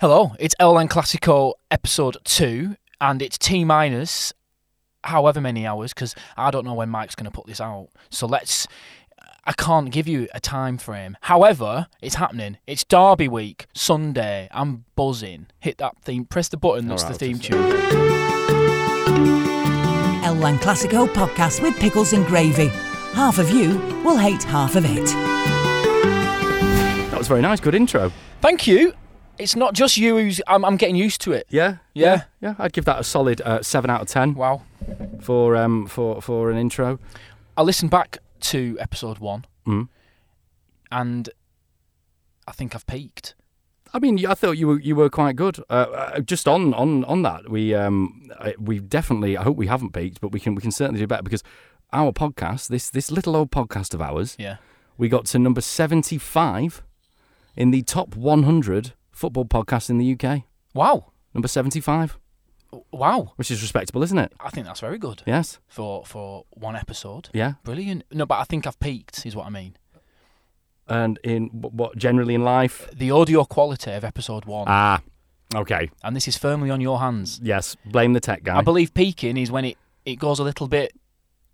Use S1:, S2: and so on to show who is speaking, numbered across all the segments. S1: Hello, it's LN Classico episode two, and it's T minus however many hours because I don't know when Mike's going to put this out. So let's. I can't give you a time frame. However, it's happening. It's Derby week, Sunday. I'm buzzing. Hit that theme. Press the button. That's
S2: Alright,
S1: the
S2: I'll
S1: theme
S2: just-
S1: tune.
S3: El Lang Classico podcast with pickles and gravy. Half of you will hate half of it.
S2: That was very nice. Good intro.
S1: Thank you. It's not just you who's. I'm, I'm getting used to it.
S2: Yeah.
S1: Yeah.
S2: Yeah. I'd give that a solid uh, seven out of ten
S1: Wow.
S2: for um for for an intro.
S1: I listened back to episode one,
S2: Mm.
S1: and I think I've peaked.
S2: I mean, I thought you were you were quite good. Uh, Uh, just on on on that, we um I- we definitely. I hope we haven't peaked, but we can we can certainly do better because our podcast, this this little old podcast of ours,
S1: Yeah.
S2: we got to number seventy five in the top one hundred football podcasts in the UK.
S1: Wow.
S2: Number seventy five,
S1: Wow.
S2: which is respectable, isn't it?
S1: I think that's very good
S2: Yes.
S1: for for one episode.
S2: Yeah.
S1: Brilliant. No, but I think I've peaked, is what I mean.
S2: And in what, what generally in life.
S1: The audio quality of episode one,
S2: Ah. Okay.
S1: and this is firmly on your hands.
S2: Yes, blame the tech guy.
S1: I believe peaking is when it it goes a little bit,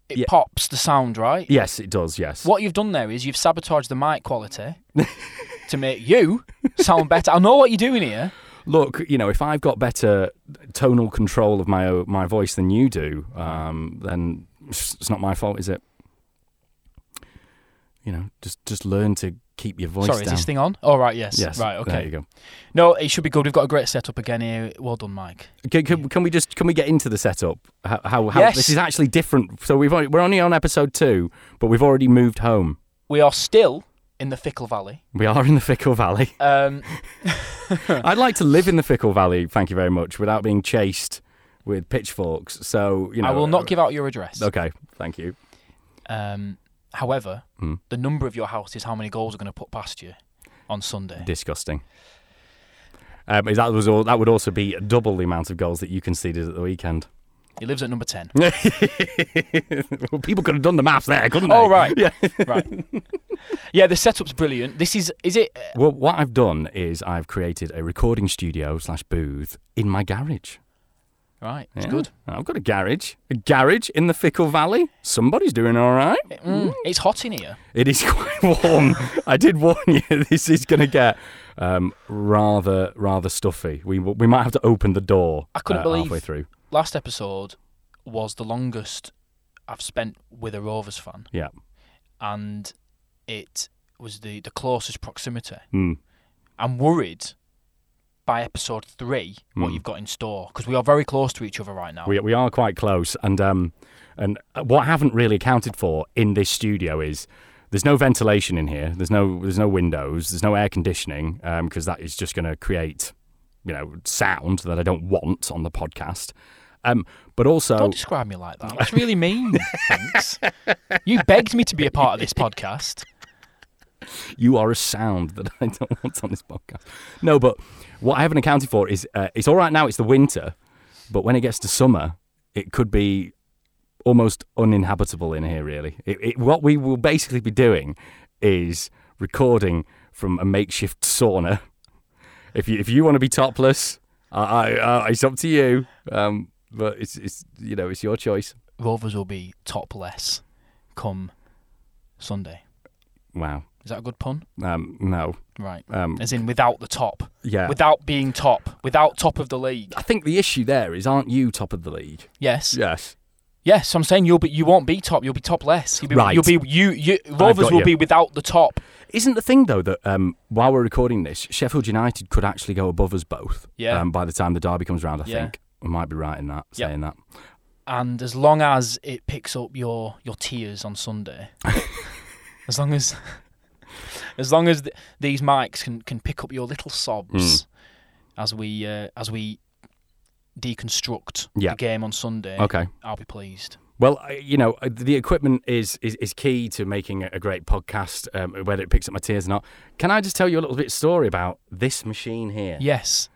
S1: it
S2: Yeah.
S1: pops the sound right.
S2: yes, it does. Yes.
S1: What you've done there is you've sabotaged the mic quality to make you sound better. I know what you're doing here.
S2: Look, you know, if I've got better tonal control of my o- my voice than you do, um, then it's it's not my fault, is it? You know, just just learn to keep your voice
S1: Sorry,
S2: down.
S1: is this thing on? All right, yes.
S2: yes.
S1: Right,
S2: There
S1: okay.
S2: you go.
S1: No, it should be good. We've got a great setup again here. Well done, Mike.
S2: Can, can, can we just can we get into the setup? How, how, how
S1: Yes.
S2: this is actually different. So we've only, we're only on episode two, but we've already moved home.
S1: We are still in the Fickle Valley.
S2: We are in the Fickle Valley.
S1: Um,
S2: I'd like to live in the Fickle Valley. Thank you very much. Without being chased with pitchforks. So you know, uh,
S1: I will not give out your address.
S2: Okay, thank you.
S1: Um, however,
S2: Hmm.
S1: the number of your house is how many goals are going to put past you on Sunday.
S2: Disgusting. Um, is that was all, that would also be double the amount of goals that you conceded at the weekend.
S1: He lives at number 10.
S2: well, people could have done the maths there, couldn't they?
S1: Oh, right.
S2: Yeah.
S1: right. Yeah, the setup's brilliant. This is, is it? uh,
S2: Well, what I've done is I've created a recording studio slash booth in my garage.
S1: Right, it's
S2: Yeah.
S1: good.
S2: I've got a garage. A garage in the Fickle Valley. Somebody's doing all right.
S1: Mm, It's hot in here.
S2: It is quite warm. I did warn you this is going to get um, rather rather stuffy. We we might have to open the door.
S1: I couldn't
S2: uh,
S1: believe-
S2: halfway through.
S1: Last episode was the longest I've spent with a Rovers fan,
S2: Yeah.
S1: and it was the, the closest proximity.
S2: Mm.
S1: I'm worried by episode three what
S2: Mm.
S1: you've got in store because we are very close to each other right now.
S2: We, we are quite close, and um, and what I haven't really accounted for in this studio is there's no ventilation in here. There's no there's no windows. There's no air conditioning because that is just going to create you know sound that I don't want on the podcast. Um, but also
S1: Don't describe me like that. That's really mean. Thanks. You begged me to be a part of this podcast.
S2: you are a sound that I don't want on this podcast. No, but what I haven't accounted for is uh, it's all right now. It's the winter, but when it gets to summer, it could be almost uninhabitable in here. Really, it, it, what we will basically be doing is recording from a makeshift sauna. If you if you want to be topless, I, I, I it's up to you. Um, but it's it's you know it's your choice.
S1: Rovers will be topless come Sunday.
S2: Wow.
S1: Is that a good pun?
S2: Um, no.
S1: Right.
S2: Um,
S1: As in without the top,
S2: yeah.
S1: without being top, without top of the league.
S2: I think the issue there is, aren't you top of the league?
S1: Yes.
S2: Yes.
S1: Yes. I'm saying you'll be. You won't be top. You'll be topless. You'll be.
S2: Right.
S1: You'll be. You. you Rovers
S2: got
S1: will
S2: you.
S1: be without the top.
S2: Isn't the thing though that um, while we're recording this, Sheffield United could actually go above us both.
S1: Yeah.
S2: Um, by the time the derby comes round, I
S1: Yeah.
S2: think I might be right in that
S1: Yeah.
S2: saying that.
S1: And as long as it picks up your your tears on Sunday, as long as as long as th- these mics can can pick up your little sobs
S2: Hmm.
S1: as we uh, as we deconstruct
S2: Yeah.
S1: the game on Sunday,
S2: Okay.
S1: I'll be pleased.
S2: Well, I- you know, uh, the equipment is, is, is key to making a- a great podcast, um, whether it picks up my tears or not. Can I just tell you a little bit story about this machine here?
S1: Yes,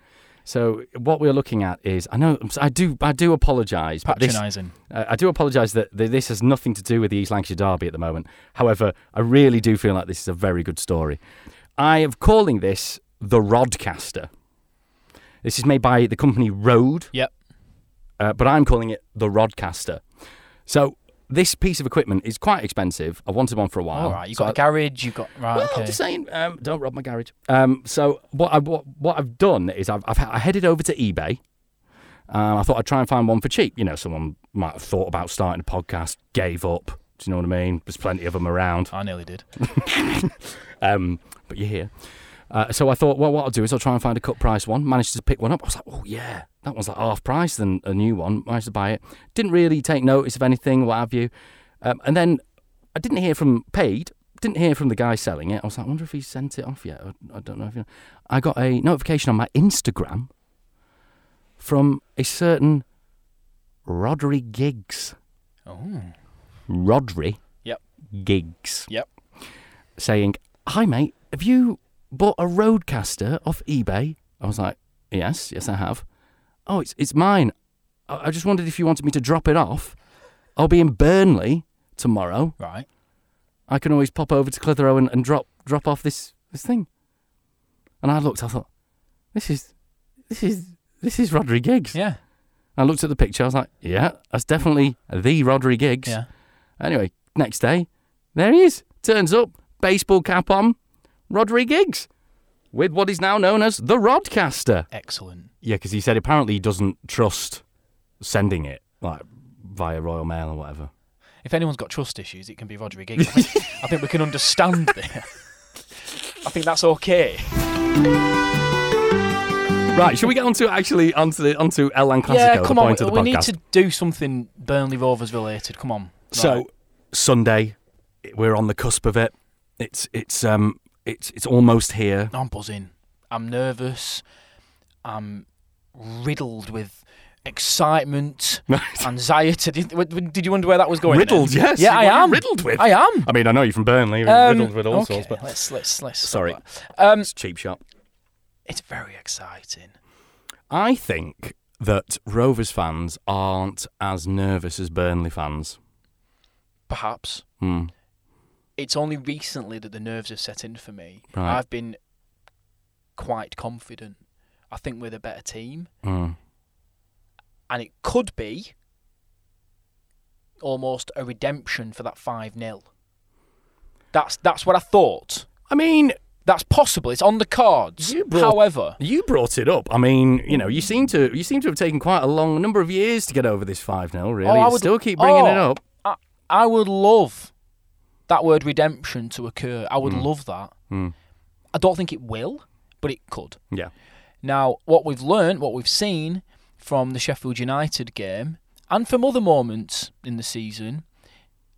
S2: So what we're looking at is, I know, I'm s- I do, I do apologise, but this,
S1: patronising.
S2: Uh, I do apologise that th- this has nothing to do with the East Lancashire Derby at the moment. However, I really do feel like this is a very good story. I am calling this the Rodcaster. This is made by the company Rode,
S1: Yep.
S2: uh, but I'm calling it the Rodcaster. So this piece of equipment is quite expensive. I've wanted one for a while.
S1: All right. You've
S2: Oh, So
S1: got a garage. You've got right.
S2: well, I'm
S1: okay.
S2: just saying, um, don't rob my garage. Um, so what I what, what I've done is I've, I've I headed over to eBay. Um, I thought I'd try and find one for cheap. You know, someone might have thought about starting a podcast, gave up. Do you know what I mean? There's plenty of them around.
S1: I nearly did.
S2: Um, but you're here. Uh, so I thought, well, what I'll do is I'll try and find a cut price one. Managed to pick one up. I was like, oh yeah, that one's like half price than a new one. Managed to buy it. Didn't really take notice of anything, what have you. Um, and then I didn't hear from paid. Didn't hear from the guy selling it. I was like, I wonder if he sent it off yet. I, I don't know if you. I got a notification on my Instagram from a certain Rodri Giggs.
S1: Oh.
S2: Rodri
S1: Yep.
S2: Giggs
S1: Yep.
S2: saying, "Hi mate, have you bought a Roadcaster off eBay?" I was like, "Yes, yes I have." "Oh, it's it's mine. I, I just wondered if you wanted me to drop it off. I'll be in Burnley tomorrow.
S1: Right.
S2: I can always pop over to Clitheroe and, and drop drop off this this thing." And I looked. I thought, "This is this is this is Rodri Giggs."
S1: Yeah.
S2: I looked at the picture. I was like, "Yeah, that's definitely the Rodri Giggs."
S1: Yeah.
S2: Anyway, next day, there he is. Turns up, baseball cap on, Rodri Giggs, with what is now known as the Rodcaster.
S1: Excellent.
S2: Yeah, because he said apparently he doesn't trust sending it, like via Royal Mail or whatever.
S1: If anyone's got trust issues, it can be Rodri Giggs. I think, I think we can understand that. I think that's okay.
S2: Right, shall we get onto actually onto the onto El Clasico?
S1: yeah, come
S2: the
S1: on.
S2: point of the
S1: we
S2: podcast?
S1: need to do something Burnley Rovers related. Come on. Right.
S2: So Sunday, we're on the cusp of it. It's it's um it's it's almost here.
S1: I'm buzzing. I'm nervous. I'm riddled with excitement, anxiety. Did, w- w- did you wonder where that was going? then?
S2: riddled, yes.
S1: Yeah, I
S2: What are you
S1: am.
S2: riddled with.
S1: I am.
S2: I mean, I know you're from Burnley. You're
S1: Um,
S2: riddled with all
S1: okay,
S2: sorts, but
S1: let's let's let's. stop
S2: Sorry.
S1: that. Um,
S2: it's a cheap shot.
S1: it's very exciting.
S2: I think that Rovers fans aren't as nervous as Burnley fans.
S1: Perhaps
S2: Hmm.
S1: it's only recently that the nerves have set in for me.
S2: Right.
S1: I've been quite confident. I think we're the better team,
S2: Hmm.
S1: and it could be almost a redemption for that five 0 That's that's what I thought.
S2: I mean,
S1: That's possible. It's on the cards.
S2: You brought-
S1: However,
S2: you brought it up. I mean, you know, you seem to you seem to have taken quite a long number of years to get over this five 0 Really,
S1: Oh, I
S2: You
S1: would-
S2: still keep bringing it
S1: oh.
S2: up.
S1: I, I would love that word redemption to occur. I would
S2: Hmm.
S1: love that.
S2: Mm.
S1: I don't think it will, but it could.
S2: Yeah,
S1: Now, what we've learnt, what we've seen from the Sheffield United game and from other moments in the season,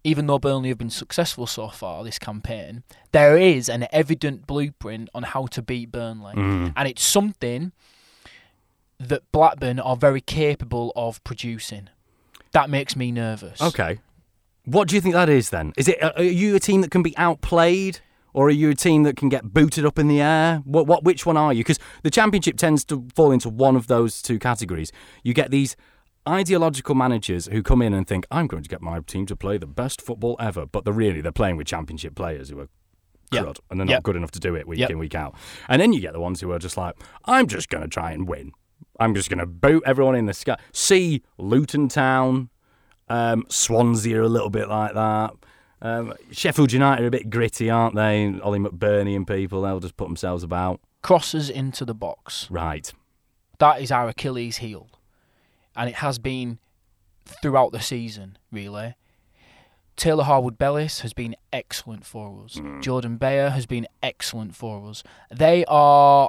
S1: even though Burnley have been successful so far this campaign, there is an evident blueprint on how to beat Burnley. And it's something that Blackburn are very capable of producing. That makes me nervous.
S2: Okay. What do you think that is then? Is it uh, are you a team that can be outplayed, or are you a team that can get booted up in the air? What, what which one are you? Because the championship tends to fall into one of those two categories. You get these ideological managers who come in and think, "I'm going to get my team to play the best football ever," but they're really they're playing with championship players who are.
S1: Yep.
S2: Crud, and they're
S1: Yep.
S2: not good enough to do it week
S1: Yep.
S2: in week out, and then you get the ones who are just like, "I'm just going to try and win. I'm just going to boot everyone in the sky." See Luton Town, um, Swansea are a little bit like that. Um, Sheffield United are a bit gritty, aren't they? Ollie McBurney and people, they'll just put themselves about.
S1: Crosses into the box.
S2: Right.
S1: That is our Achilles heel. And it has been throughout the season, really. Taylor Harwood Bellis has been excellent for us. Jordan Bayer has been excellent for us. They are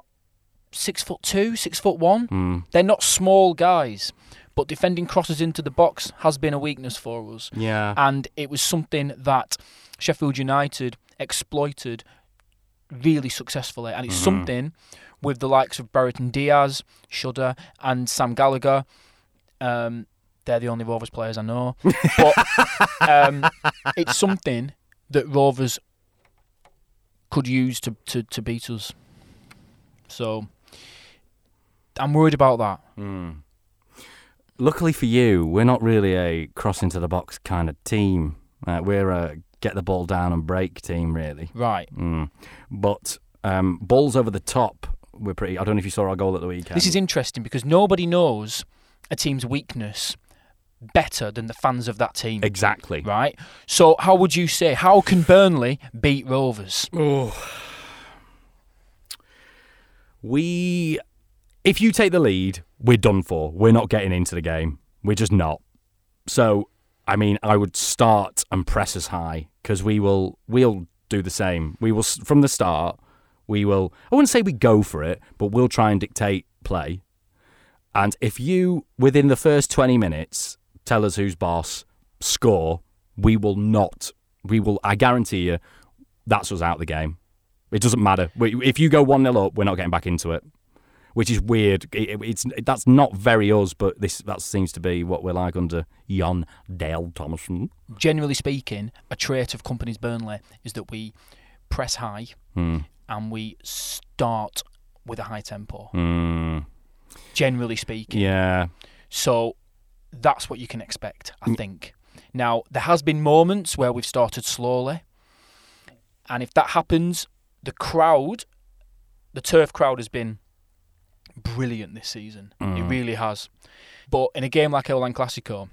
S1: six foot two, six foot one. They're not small guys, but defending crosses into the box has been a weakness for us.
S2: Yeah.
S1: And it was something that Sheffield United exploited really successfully. And it's something with the likes of Brereton Diaz, Shudder, and Sam Gallagher. Um, they're the only Rovers players I know. But um, it's something that Rovers could use to, to, to beat us. So I'm worried about that.
S2: Luckily for you, we're not really a cross into the box kind of team. Uh, we're a get the ball down and break team, really.
S1: Right.
S2: Mm. But um, balls over the top we're pretty. I don't know if you saw our goal at the weekend.
S1: This is interesting because nobody knows a team's weakness better than the fans of that team,
S2: exactly.
S1: right? So, how would you say how can Burnley beat Rovers?
S2: Oh. We, if you take the lead, we're done for. We're not getting into the game. We're just not. So, I mean, I would start and press as high because we will. We'll do the same. We will s- from the start. We will. I wouldn't say we go for it, but we'll try and dictate play. And if you, within the first 20 minutes, tell us who's boss, score, we will not. We will, I guarantee you, that's us out of the game. It doesn't matter. We- If you go 1 0 up, we're not getting back into it, which is weird. It- it's, that's not very us, but this that seems to be what we're like under Jan Dale Thomason.
S1: Generally speaking, a trait of companies Burnley is that we press high
S2: Hmm.
S1: and we start with a high tempo.
S2: Hmm.
S1: Generally speaking,
S2: Yeah.
S1: So that's what you can expect, I think. Now, there has been moments where we've started slowly. And if that happens, the crowd, the turf crowd has been brilliant this season. It
S2: Mm.
S1: really has. But in a game like El Clasico,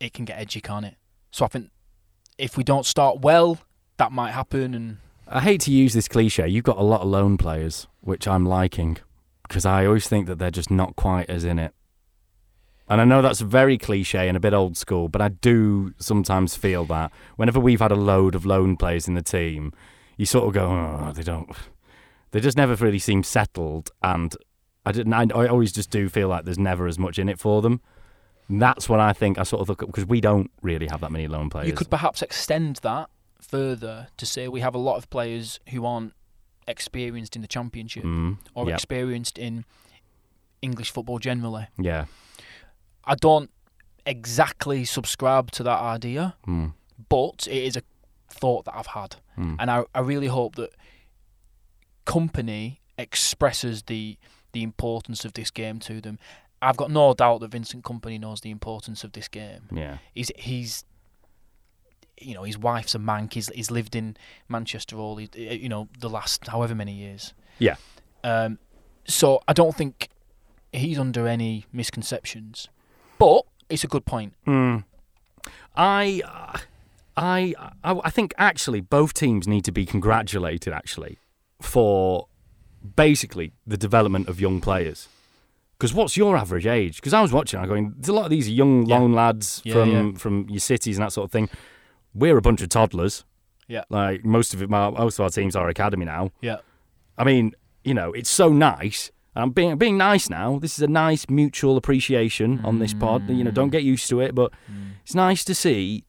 S1: it can get edgy, can't it? So I think if we don't start well, that might happen and
S2: I hate to use this cliche. You've got a lot of lone players, which I'm liking, because I always think that they're just not quite as in it. And I know that's very cliche and a bit old school, but I do sometimes feel that whenever we've had a load of lone players in the team, you sort of go, oh, they don't, they just never really seem settled. And I didn't, I, I always just do feel like there's never as much in it for them. And that's what I think I sort of look at because we don't really have that many lone players.
S1: You could perhaps extend that further to say we have a lot of players who aren't experienced in the championship
S2: Mm,
S1: or
S2: yeah,
S1: experienced in English football generally.
S2: yeah.
S1: I don't exactly subscribe to that idea,
S2: Mm,
S1: but it is a thought that I've had.
S2: mm.
S1: And I, I really hope that company expresses the the importance of this game to them. I've got no doubt that Vincent Company knows the importance of this game
S2: yeah.
S1: he's he's you know his wife's a mank he's he's lived in manchester all his, eh, you know the last however many years
S2: Yeah.
S1: um so i don't think he's under any misconceptions but it's a good point
S2: Hmm. I, uh, I, I, I think actually both teams need to be congratulated actually for basically the development of young players. Because what's your average age? Because I was watching, I'm going, there's a lot of these young
S1: Yeah.
S2: lone lads
S1: Yeah,
S2: from
S1: yeah.
S2: from your cities and that sort of thing. We're a bunch of toddlers.
S1: Yeah.
S2: Like most of it, my, most of our teams are academy now.
S1: yeah
S2: I mean, you know, it's so nice. I'm being being nice now. This is a nice mutual appreciation on this pod. You know,
S1: Mm.
S2: don't get used to it, but it's nice to see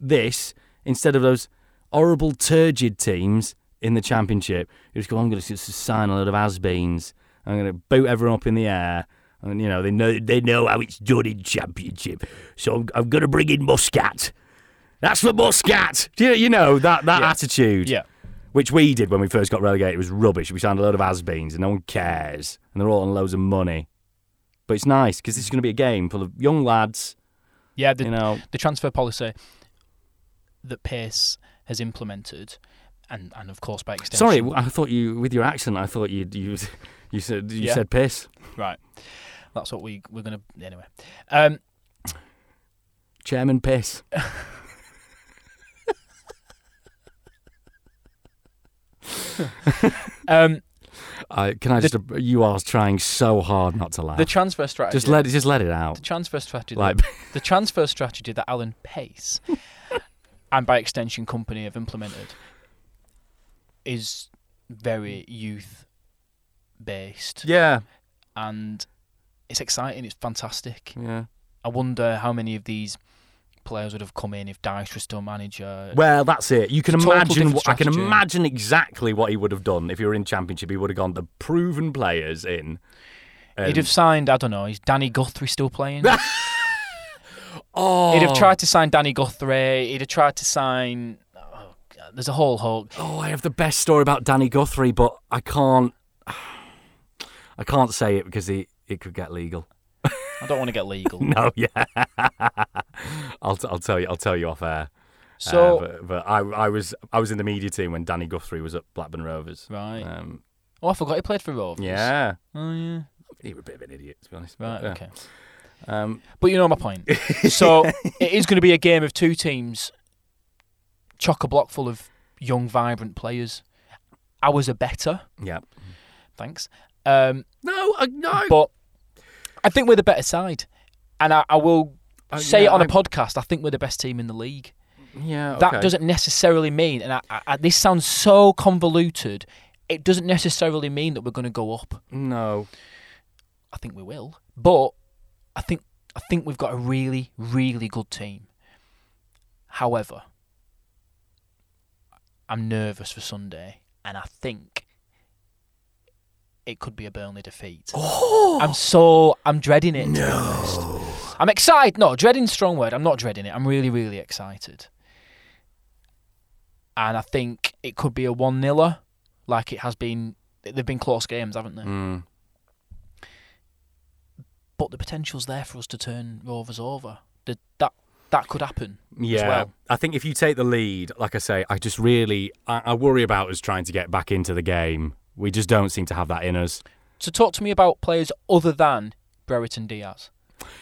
S2: this instead of those horrible turgid teams in the championship. You just go, I'm going to sign a lot of has-beens. I'm going to boot everyone up in the air. And you know they know they know how it's done in championship, so I'm, I'm going to bring in Muscat. That's for Muscat. You, you know that that
S1: Yeah.
S2: attitude
S1: yeah
S2: which we did when we first got relegated. It was rubbish. We signed a load of has-beens and no one cares. And they're all on loads of money. But it's nice because this is going to be a game full of young lads,
S1: yeah the,
S2: you know.
S1: the transfer policy that pace has implemented and and of course by extension
S2: Sorry, I thought you, with your accent, I thought you you, you said you
S1: Yeah.
S2: said piss.
S1: right that's what we we're gonna anyway um
S2: Chairman piss.
S1: Uh, um
S2: I can I just, uh, you are trying so hard not to laugh.
S1: the transfer strategy
S2: Ah. just let it, just let it out.
S1: the transfer strategy that
S2: Like,
S1: the transfer strategy that Alan Pace and by extension company have implemented is very youth based
S2: yeah,
S1: and it's exciting it's fantastic
S2: yeah.
S1: i wonder how many of these players would have come in if Dice was still manager
S2: Well, that's it. You can
S1: It's a total
S2: imagine.
S1: different
S2: What, I can
S1: strategy.
S2: imagine exactly what he would have done if he were in championship. He would have gone the proven players in. Um,
S1: he'd have signed i don't know is danny guthrie still playing
S2: oh,
S1: he'd have tried to sign danny guthrie he'd have tried to sign oh, God, there's a whole whole
S2: Oh, I have the best story about Danny Guthrie, but I can't. I can't say it because it, it could get legal.
S1: i don't want to get legal
S2: No, yeah. I'll, t- I'll tell you. I'll tell you off air. Uh,
S1: So-
S2: but, but I, I was I was in the media team when Danny Guthrie was at Blackburn Rovers.
S1: Right.
S2: Um,
S1: Oh, I forgot he played for Rovers.
S2: yeah,
S1: Oh yeah.
S2: he was a bit of an idiot to be honest.
S1: Right.
S2: Yeah.
S1: Uh, Okay.
S2: Um,
S1: But you know my point. so it is going to be a game of two teams, chock a block full of young, vibrant players. Ours are better,
S2: yeah.
S1: thanks. Um,
S2: No, I, no.
S1: but I think we're the better side, and I, I will
S2: Uh,
S1: say
S2: yeah,
S1: it on a
S2: I-
S1: podcast. I think we're the best team in the league.
S2: yeah,
S1: That
S2: okay.
S1: doesn't necessarily mean, and I, I, I- this sounds so convoluted. It doesn't necessarily mean that we're going to go up.
S2: No.
S1: I think we will, but I think I think we've got a really, really good team. However, I'm nervous for Sunday, and I think it could be a Burnley defeat. I'm so I'm dreading it. To be honest. I'm excited. No, dreading strong word. I'm not dreading it. I'm really, really excited. And I think it could be a one niler, like it has been. They've been close games, haven't they?
S2: Mm.
S1: but the potential's there for us to turn Rovers over. The, that that could happen.
S2: Yeah,
S1: well.
S2: I think if you take the lead, like I say, I just really I, I worry about us trying to get back into the game. We just don't seem to have that in us.
S1: So talk to me about players other than Brereton Diaz.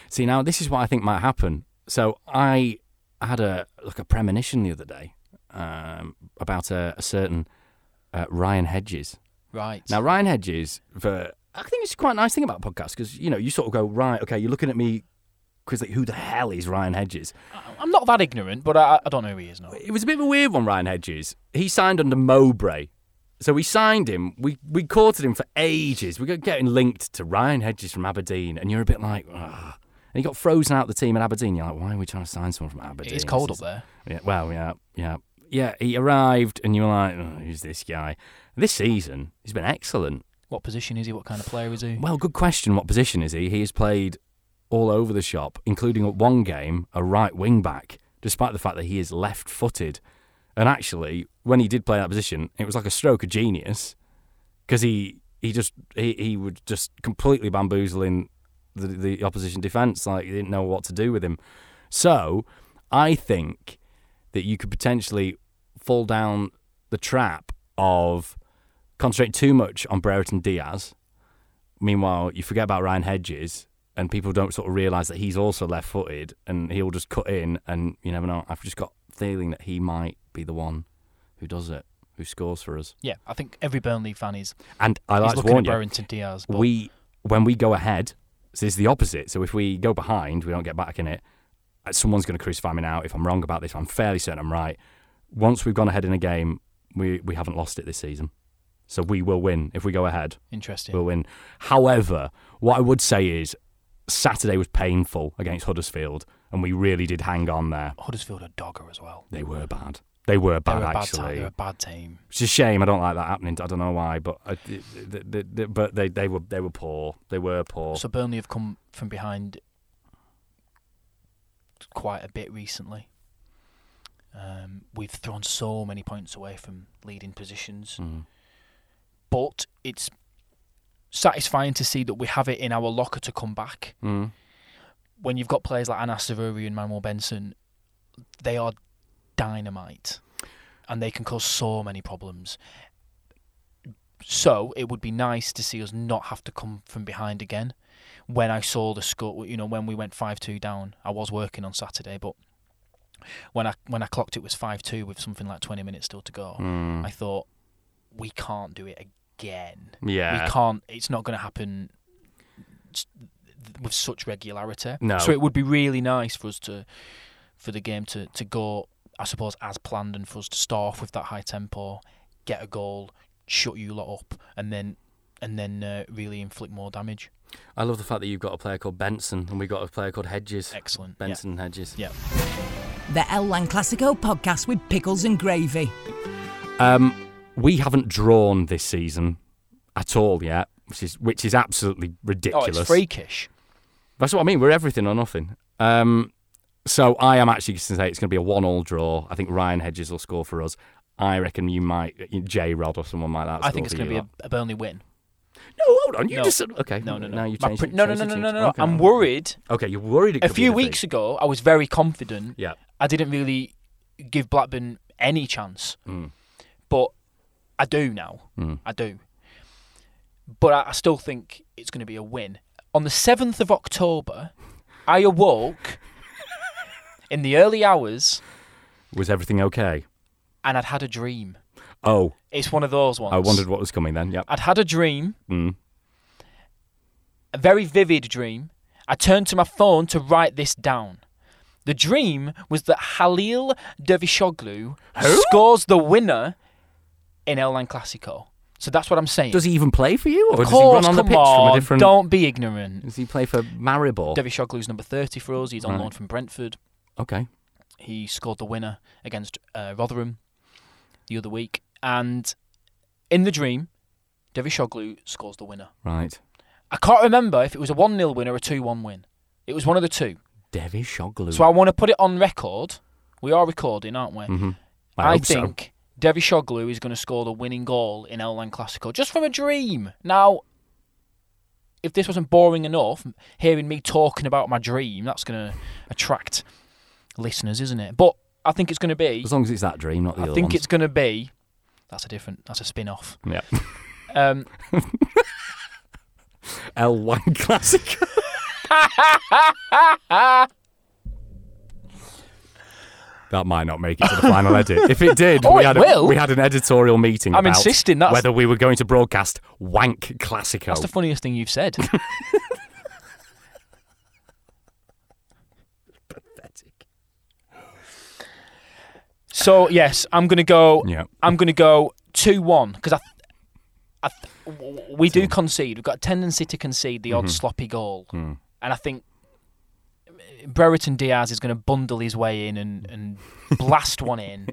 S2: See, now this is what I think might happen. So I had a like a premonition the other day um, about a, a certain uh, Ryan Hedges.
S1: Right.
S2: Now Ryan Hedges, for I think it's quite a nice thing about podcasts because you know you sort of go right, okay, you're looking at me, because like who the hell is Ryan Hedges?
S1: I- I'm not that ignorant, but I, I don't know who he is now.
S2: It was a bit of a weird one, Ryan Hedges. He signed under Mowbray. So we signed him. We we courted him for ages. We got getting linked to Ryan Hedges from Aberdeen, and you're a bit like, ah. And he got frozen out of the team at Aberdeen. You're like, why are we trying to sign someone from Aberdeen?
S1: It's cold
S2: This
S1: up
S2: is-
S1: there.
S2: Yeah, well, yeah, yeah, yeah. He arrived, and you were like, oh, who's this guy? This season, he's been excellent.
S1: What position is he? What kind of player is he?
S2: Well, good question. What position is he? He has played all over the shop, including at one game, a right wing back, despite the fact that he is left footed. And actually, when he did play that position, it was like a stroke of genius because he, he just he, he would just completely bamboozling the, the opposition defence. Like, he didn't know what to do with him. So, I think that you could potentially fall down the trap of concentrating too much on Brereton Diaz Meanwhile, you forget about Ryan Hedges, and people don't sort of realise that he's also left footed, and he'll just cut in, and you never know. I've just got a feeling that he might be the one who does it, who scores for us.
S1: yeah, I think every Burnley fan is,
S2: And I
S1: is
S2: like to
S1: looking at
S2: warn you,
S1: Brereton Diaz. But
S2: we when we go ahead, so it's the opposite. So if we go behind, we don't get back in it. uh, Someone's going to crucify me now if I'm wrong about this. I'm fairly certain I'm right. Once we've gone ahead in a game, we we haven't lost it this season, so we will win if we go ahead
S1: interesting.
S2: will win. However, what I would say is Saturday was painful against Huddersfield, and we really did hang on there.
S1: Huddersfield are dogger as well.
S2: They were bad. They were bad,
S1: They're a bad
S2: actually.
S1: team. They're a bad team.
S2: It's a shame. I don't like that happening. I don't know why, but I, th- th- th- th- but they they were they were poor. They were poor.
S1: So Burnley have come from behind quite a bit recently. Um, we've thrown so many points away from leading positions,
S2: Mm.
S1: but it's satisfying to see that we have it in our locker to come back.
S2: Mm.
S1: When you've got players like Anas Saruri and Manuel Benson, they are dynamite, and they can cause so many problems. So it would be nice to see us not have to come from behind again. When I saw the score, you know, when we went five two down, I was working on Saturday, but when I when I clocked it was five two with something like twenty minutes still to go,
S2: Mm.
S1: I thought we can't do it again.
S2: Yeah.
S1: we can't. It's not going to happen s- th- with such regularity.
S2: No.
S1: So it would be really nice for us to for the game to to go, I suppose, as planned, and for us to start off with that high tempo, get a goal, shut you lot up, and then and then uh, really inflict more damage.
S2: I love the fact that you've got a player called Benson and we got a player called Hedges.
S1: Excellent. Yeah.
S2: Benson Hedges.
S1: Yeah.
S3: The El Lang Classico podcast with pickles and gravy.
S2: Um, we haven't drawn this season at all yet, which is which is absolutely
S1: Oh,
S2: ridiculous.
S1: it's freakish.
S2: That's what I mean. We're everything or nothing. Um, so I am actually going to say it's going to be a one-all draw. I think Ryan Hedges will score for us. I reckon you might J Rod or someone like that.
S1: I think it's going to be a, a Burnley win.
S2: no. Hold on, you
S1: No.
S2: just said- okay.
S1: No, no, no.
S2: Now you
S1: My
S2: Mm, changed.
S1: pre-
S2: it,
S1: no, no,
S2: changed
S1: no,
S2: it,
S1: no,
S2: changed
S1: no,
S2: it.
S1: no.
S2: Okay,
S1: I'm
S2: okay.
S1: worried.
S2: Okay, you're worried. It
S1: A
S2: could
S1: few
S2: be the
S1: weeks
S2: thing.
S1: ago, I was very confident.
S2: Yeah.
S1: I didn't really
S2: Yeah.
S1: I didn't really give Blackburn any chance, but I do now. I do. But I, I still think it's going to be a win. On the 7th of October, I awoke in the early hours
S2: Was everything okay?
S1: and I'd had a dream.
S2: Oh,
S1: It's one of those ones.
S2: I wondered what was coming then. Yep.
S1: I'd had a dream,
S2: Mm.
S1: a very vivid dream. I turned to my phone to write this down. The dream was that Halil Dervishoglu scores the winner in El Clasico. So that's what I'm saying.
S2: Does he even play for you, or
S1: of
S2: does he run
S1: course,
S2: on the
S1: come
S2: pitch
S1: on,
S2: from a different?
S1: don't be ignorant.
S2: Does he play for Maribor?
S1: Dervishoglu's number 30 for us. He's on
S2: Right.
S1: loan from Brentford.
S2: okay.
S1: He scored the winner against uh, Rotherham the other week. And in the dream, Dervishoglu scores the winner.
S2: Right.
S1: I can't remember if it was a 1 0 win or a 2 1 win. It was one of the two.
S2: Devi Shoglu.
S1: So I want to put it on record. We are recording, aren't we?
S2: Mhm. I,
S1: I,
S2: hope so.
S1: think Devishoglu is going to score the winning goal in Elan Classical just from a dream. Now, if this wasn't boring enough, m- hearing me talking about my dream, that's going to attract listeners, isn't it? But I think it's going to be.
S2: As long as it's that dream, not the
S1: I
S2: other
S1: think
S2: ones.
S1: it's going to be. That's a different. That's a spin off.
S2: Yeah.
S1: Um,
S2: L1 Classic. that might not make it to the final edit. If it did,
S1: Oh,
S2: we,
S1: it
S2: had A,
S1: will.
S2: we had an editorial meeting
S1: I'm
S2: about
S1: insisting that's-
S2: whether we were going to broadcast Wank Classico.
S1: that's the funniest thing you've said. So yes, I'm gonna go.
S2: Yeah.
S1: I'm gonna go two one because I, I, th- w- w- we do concede. We've got a tendency to concede the odd sloppy goal, and I think Brereton Diaz is going to bundle his way in and, and blast one in.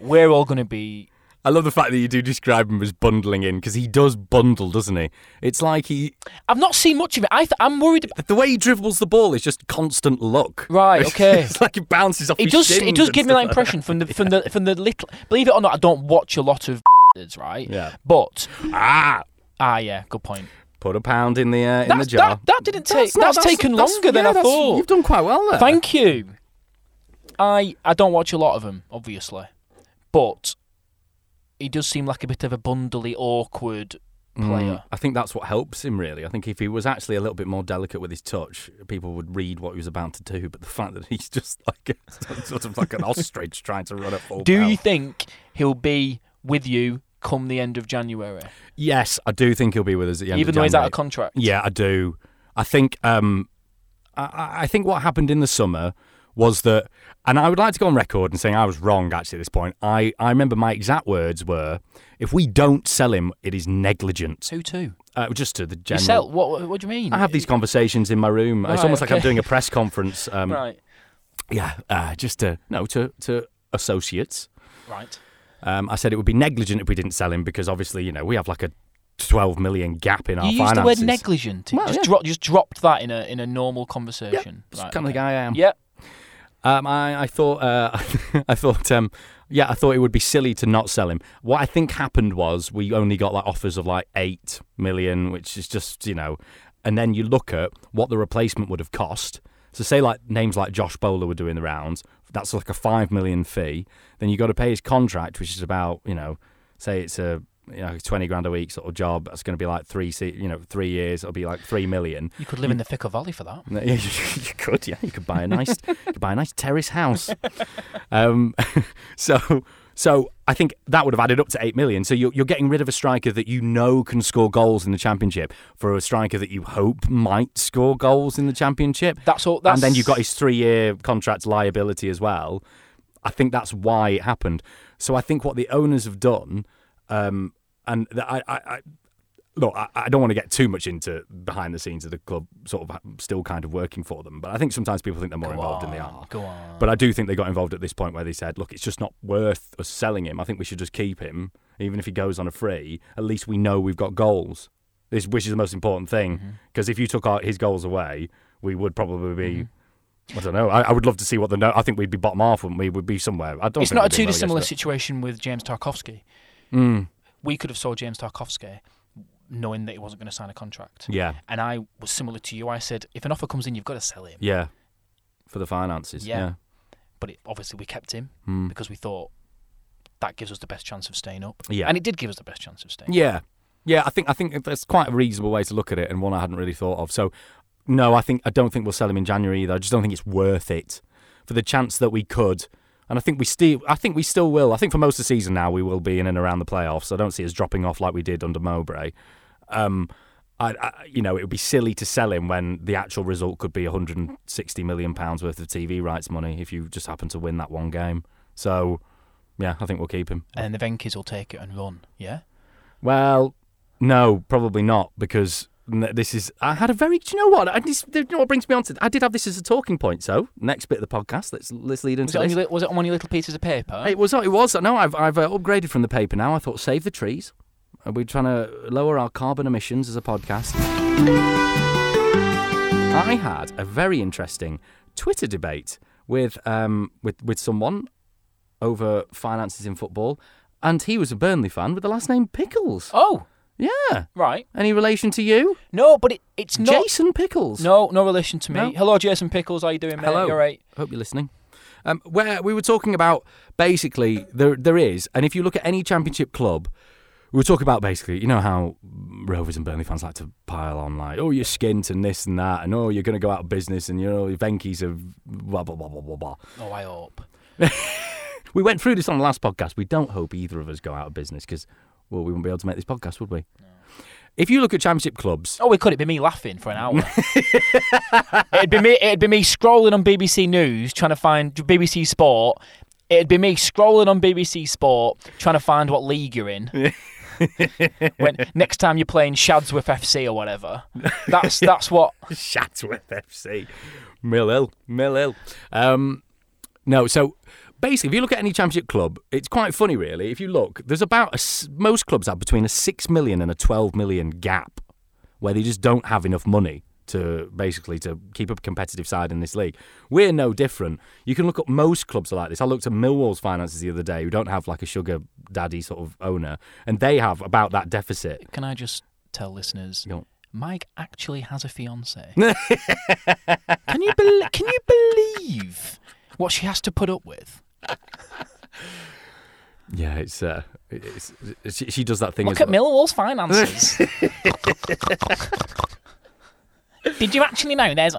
S1: We're all going to be.
S2: I love the fact that you do describe him as bundling in because he does bundle, doesn't he? It's like he
S1: I've not seen much of it. I th- I'm worried. ab-
S2: the way he dribbles the ball is just constant luck.
S1: Right, okay.
S2: it's like it bounces off.
S1: It
S2: his
S1: does. It
S2: shins
S1: does
S2: and
S1: give me that
S2: stuff like
S1: impression from the from the from the little. Believe it or not, I don't watch a lot of right.
S2: Yeah.
S1: But
S2: Ah,
S1: ah, yeah, good point.
S2: put a pound in the uh, in the
S1: That's-
S2: jar.
S1: That, that didn't take. That's,
S2: not-
S1: taken
S2: that's-
S1: longer than
S2: yeah,
S1: I
S2: that's-
S1: thought.
S2: You've done quite well there.
S1: Thank you. I I don't watch a lot of him, obviously, but he does seem like a bit of a bundly, awkward
S2: Hmm.
S1: player.
S2: Mm, I think that's what helps him really. I think if he was actually a little bit more delicate with his touch, people would read what he was about to do. But the fact that he's just like a, sort of like an ostrich trying to run at full
S1: Do
S2: power.
S1: you think he'll be with you come the end of January,
S2: Yes, I do think he'll be with us at the end.
S1: even
S2: of
S1: though he's out
S2: January.
S1: of contract?
S2: Yeah, I do. I think um, I- I, I think what happened in the summer was that, and I would like to go on record and saying I was wrong actually at this point. I, I remember my exact words were, "If we don't sell him, it is negligence."
S1: Two two.
S2: Uh, just to the general.
S1: Yourself? What What do you mean?
S2: I have these conversations in my room.
S1: Right,
S2: it's almost like I'm
S1: okay.
S2: doing a press conference. Um,
S1: right,
S2: Yeah, uh, just to no to to associates.
S1: right.
S2: Um, I said it would be negligent if we didn't sell him because obviously you know we have like a 12 million gap in our
S1: You used
S2: finances.
S1: the word negligent.
S2: Well,
S1: just,
S2: yeah.
S1: dro- just dropped that in a in a normal conversation.
S2: That's
S1: Right,
S2: kind of
S1: okay.
S2: the guy I am.
S1: Yep.
S2: Um, I, I thought, uh, I thought, um, yeah, I thought it would be silly to not sell him. What I think happened was we only got like offers of like eight million, which is just you know, and then you look at what the replacement would have cost. So say like names like Josh Bowler were doing the rounds. That's like a five million fee. Then you got to pay his contract, which is about you know, say it's a you know, twenty grand a week sort of job. That's going to be like three, se- you know, three years. It'll be like three million.
S1: You could live in the thick of Valley for that.
S2: No, Yeah, you, you could. Yeah, you could buy a nice, you could buy a nice terrace house. Um, so, so I think that would have added up to eight million. So you're, you're getting rid of a striker that you know can score goals in the championship for a striker that you hope might score goals in the championship.
S1: That's all. That's,
S2: And then you've got his three-year contract liability as well. I think that's why it happened. So I think what the owners have done, um, and th- I, I, I look, I, I don't want to get too much into behind the scenes of the club, sort of still kind of working for them. But I think sometimes people think they're more involved than they are.
S1: Go on.
S2: But I do think they got involved at this point where they said, look, it's just not worth us selling him. I think we should just keep him, even if he goes on a free. At least we know we've got goals. This, which is the most important
S1: Mm-hmm.
S2: thing, because if you took our, his goals away, we would probably be.
S1: Mm-hmm.
S2: I don't know. I, I would love to see what the no. I think we'd be bottom half, wouldn't we? We'd be somewhere. I don't.
S1: It's
S2: think
S1: not a
S2: we'd be
S1: too
S2: relegated,
S1: dissimilar
S2: but- Hmm.
S1: situation with James Tarkovsky. We could have sold James Tarkovsky knowing that he wasn't going to sign a contract.
S2: Yeah,
S1: And I was similar to you. I said, if an offer comes in, you've got to sell him.
S2: yeah. For the finances.
S1: Yeah.
S2: yeah.
S1: but it, obviously we kept him
S2: Hmm.
S1: because we thought that gives us the best chance of staying up.
S2: Yeah.
S1: And it did give us the best chance of staying.
S2: Yeah, yeah. I think I think that's quite a reasonable way to look at it, and one I hadn't really thought of. So, no, I think I don't think we'll sell him in January either. I just don't think it's worth it for the chance that we could. And I think we still, I think we still will. I think for most of the season now, we will be in and around the playoffs. I don't see us dropping off like we did under Mowbray. Um, I, I, you know, it would be silly to sell him when the actual result could be 160 million pounds worth of TV rights money if you just happen to win that one game. So, yeah, I think we'll keep him.
S1: And the Venkies will take it and run. Yeah.
S2: Well, no, probably not because n- this is. I had a very. Do you know what? I just, do you know what brings me on to? I did have this as a talking point. So next bit of the podcast, let's let's lead
S1: Was
S2: into
S1: it, on
S2: this.
S1: your, li- was it on one of your little pieces of paper?
S2: It was. It was. No, I've I've uh, upgraded from the paper now. I thought save the trees. Uh, We're trying to lower our carbon emissions as a podcast. I had a very interesting Twitter debate with um with with someone over finances in football, and he was a Burnley fan with the last name Pickles.
S1: Oh,
S2: Yeah.
S1: right.
S2: Any relation to you?
S1: No, but it, it's not.
S2: Jason Pickles.
S1: No, no relation to me.
S2: No.
S1: Hello, Jason Pickles. How you doing, mate?
S2: Hello.
S1: You're right.
S2: Hope you're listening. Um, where we were talking about basically there there is, and if you look at any championship club, we were talking about basically, you know how Rovers and Burnley fans like to pile on like, oh you're skint and this and that, and oh you're going to go out of business, and you know your Venkies are blah blah blah blah blah blah.
S1: Oh, I hope.
S2: We went through this on the last podcast. We don't hope either of us go out of business because well we wouldn't be able to make this podcast, would we? If you look at championship clubs,
S1: Oh, it could. It'd be me laughing for an hour. it'd be me. It'd be me scrolling on BBC News trying to find BBC Sport. It'd be me scrolling on BBC Sport trying to find what league you're in. when next time you're playing Shadsworth FC or whatever, that's that's what.
S2: Shadsworth FC. Mill Hill. Mill Hill. Um, no, so basically, if you look at any championship club, it's quite funny, really. If you look, there's about a s most clubs have between a 6 million and a 12 million gap where they just don't have enough money to basically to keep up a competitive side in this league. We're no different. You can look at most clubs are like this. I looked at Millwall's finances the other day, who don't have like a sugar daddy sort of owner, and they have about that deficit.
S1: Can I just tell listeners?
S2: Go on.
S1: Mike actually has a fiance. can you bel can you believe what she has to put up with?
S2: Yeah, it's uh, it's, it's she, she does that thing.
S1: Look
S2: as
S1: at
S2: well.
S1: Millwall's finances. Did you actually know there's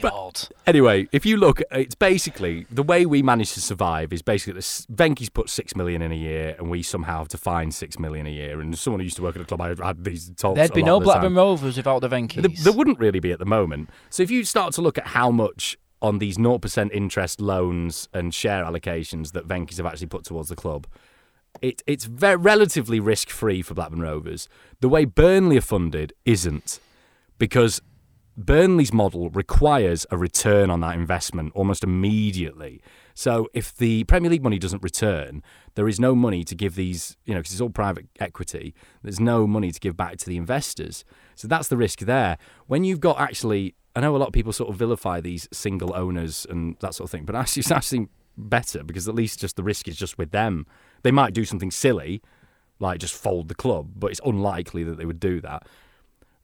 S1: God?
S2: Anyway, if you look, it's basically the way we manage to survive is basically this, Venky's put six million in a year, and we somehow have to find six million a year. And someone who used to work at a club, I had these talks.
S1: There'd be
S2: a lot
S1: no
S2: of the time.
S1: Blackburn Rovers without the Venkies.
S2: Th- there wouldn't really be at the moment. So if you start to look at how much on these 0% interest loans and share allocations that Venkis have actually put towards the club, it, it's ve- relatively risk free for Blackburn Rovers. The way Burnley are funded isn't, because Burnley's model requires a return on that investment almost immediately. So if the Premier League money doesn't return, there is no money to give these, you know, because it's all private equity, there's no money to give back to the investors. So that's the risk there. When you've got actually, I know a lot of people sort of vilify these single owners and that sort of thing, but actually it's actually better because at least just the risk is just with them. They might do something silly, like just fold the club, but it's unlikely that they would do that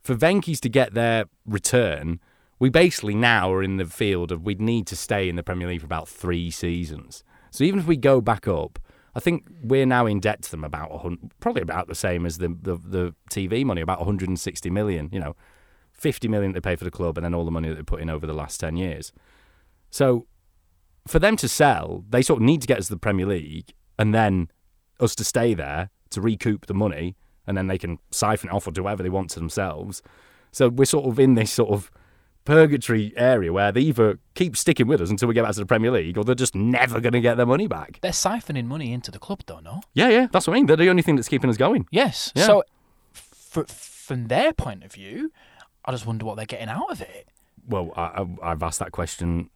S2: for Venki's to get their return, we basically now are in the field of we'd need to stay in the Premier League for about three seasons. So even if we go back up, I think we're now in debt to them about a hun- probably about the same as the, the the TV money, about 160 million. You know, 50 million that they pay for the club, and then all the money that they put in over the last 10 years. So for them to sell, they sort of need to get us to the Premier League, and then us to stay there to recoup the money, and then they can siphon it off or do whatever they want to themselves. So we're sort of in this sort of purgatory area where they either keep sticking with us until we get back to the Premier League, or they're just never going to get their money back.
S1: They're siphoning money into the club, though, no?
S2: Yeah, yeah, that's what I mean. They're the only thing that's keeping us going.
S1: Yes.
S2: Yeah.
S1: So, f- from their point of view, I just wonder what they're getting out of it.
S2: Well, I, I, I've asked that question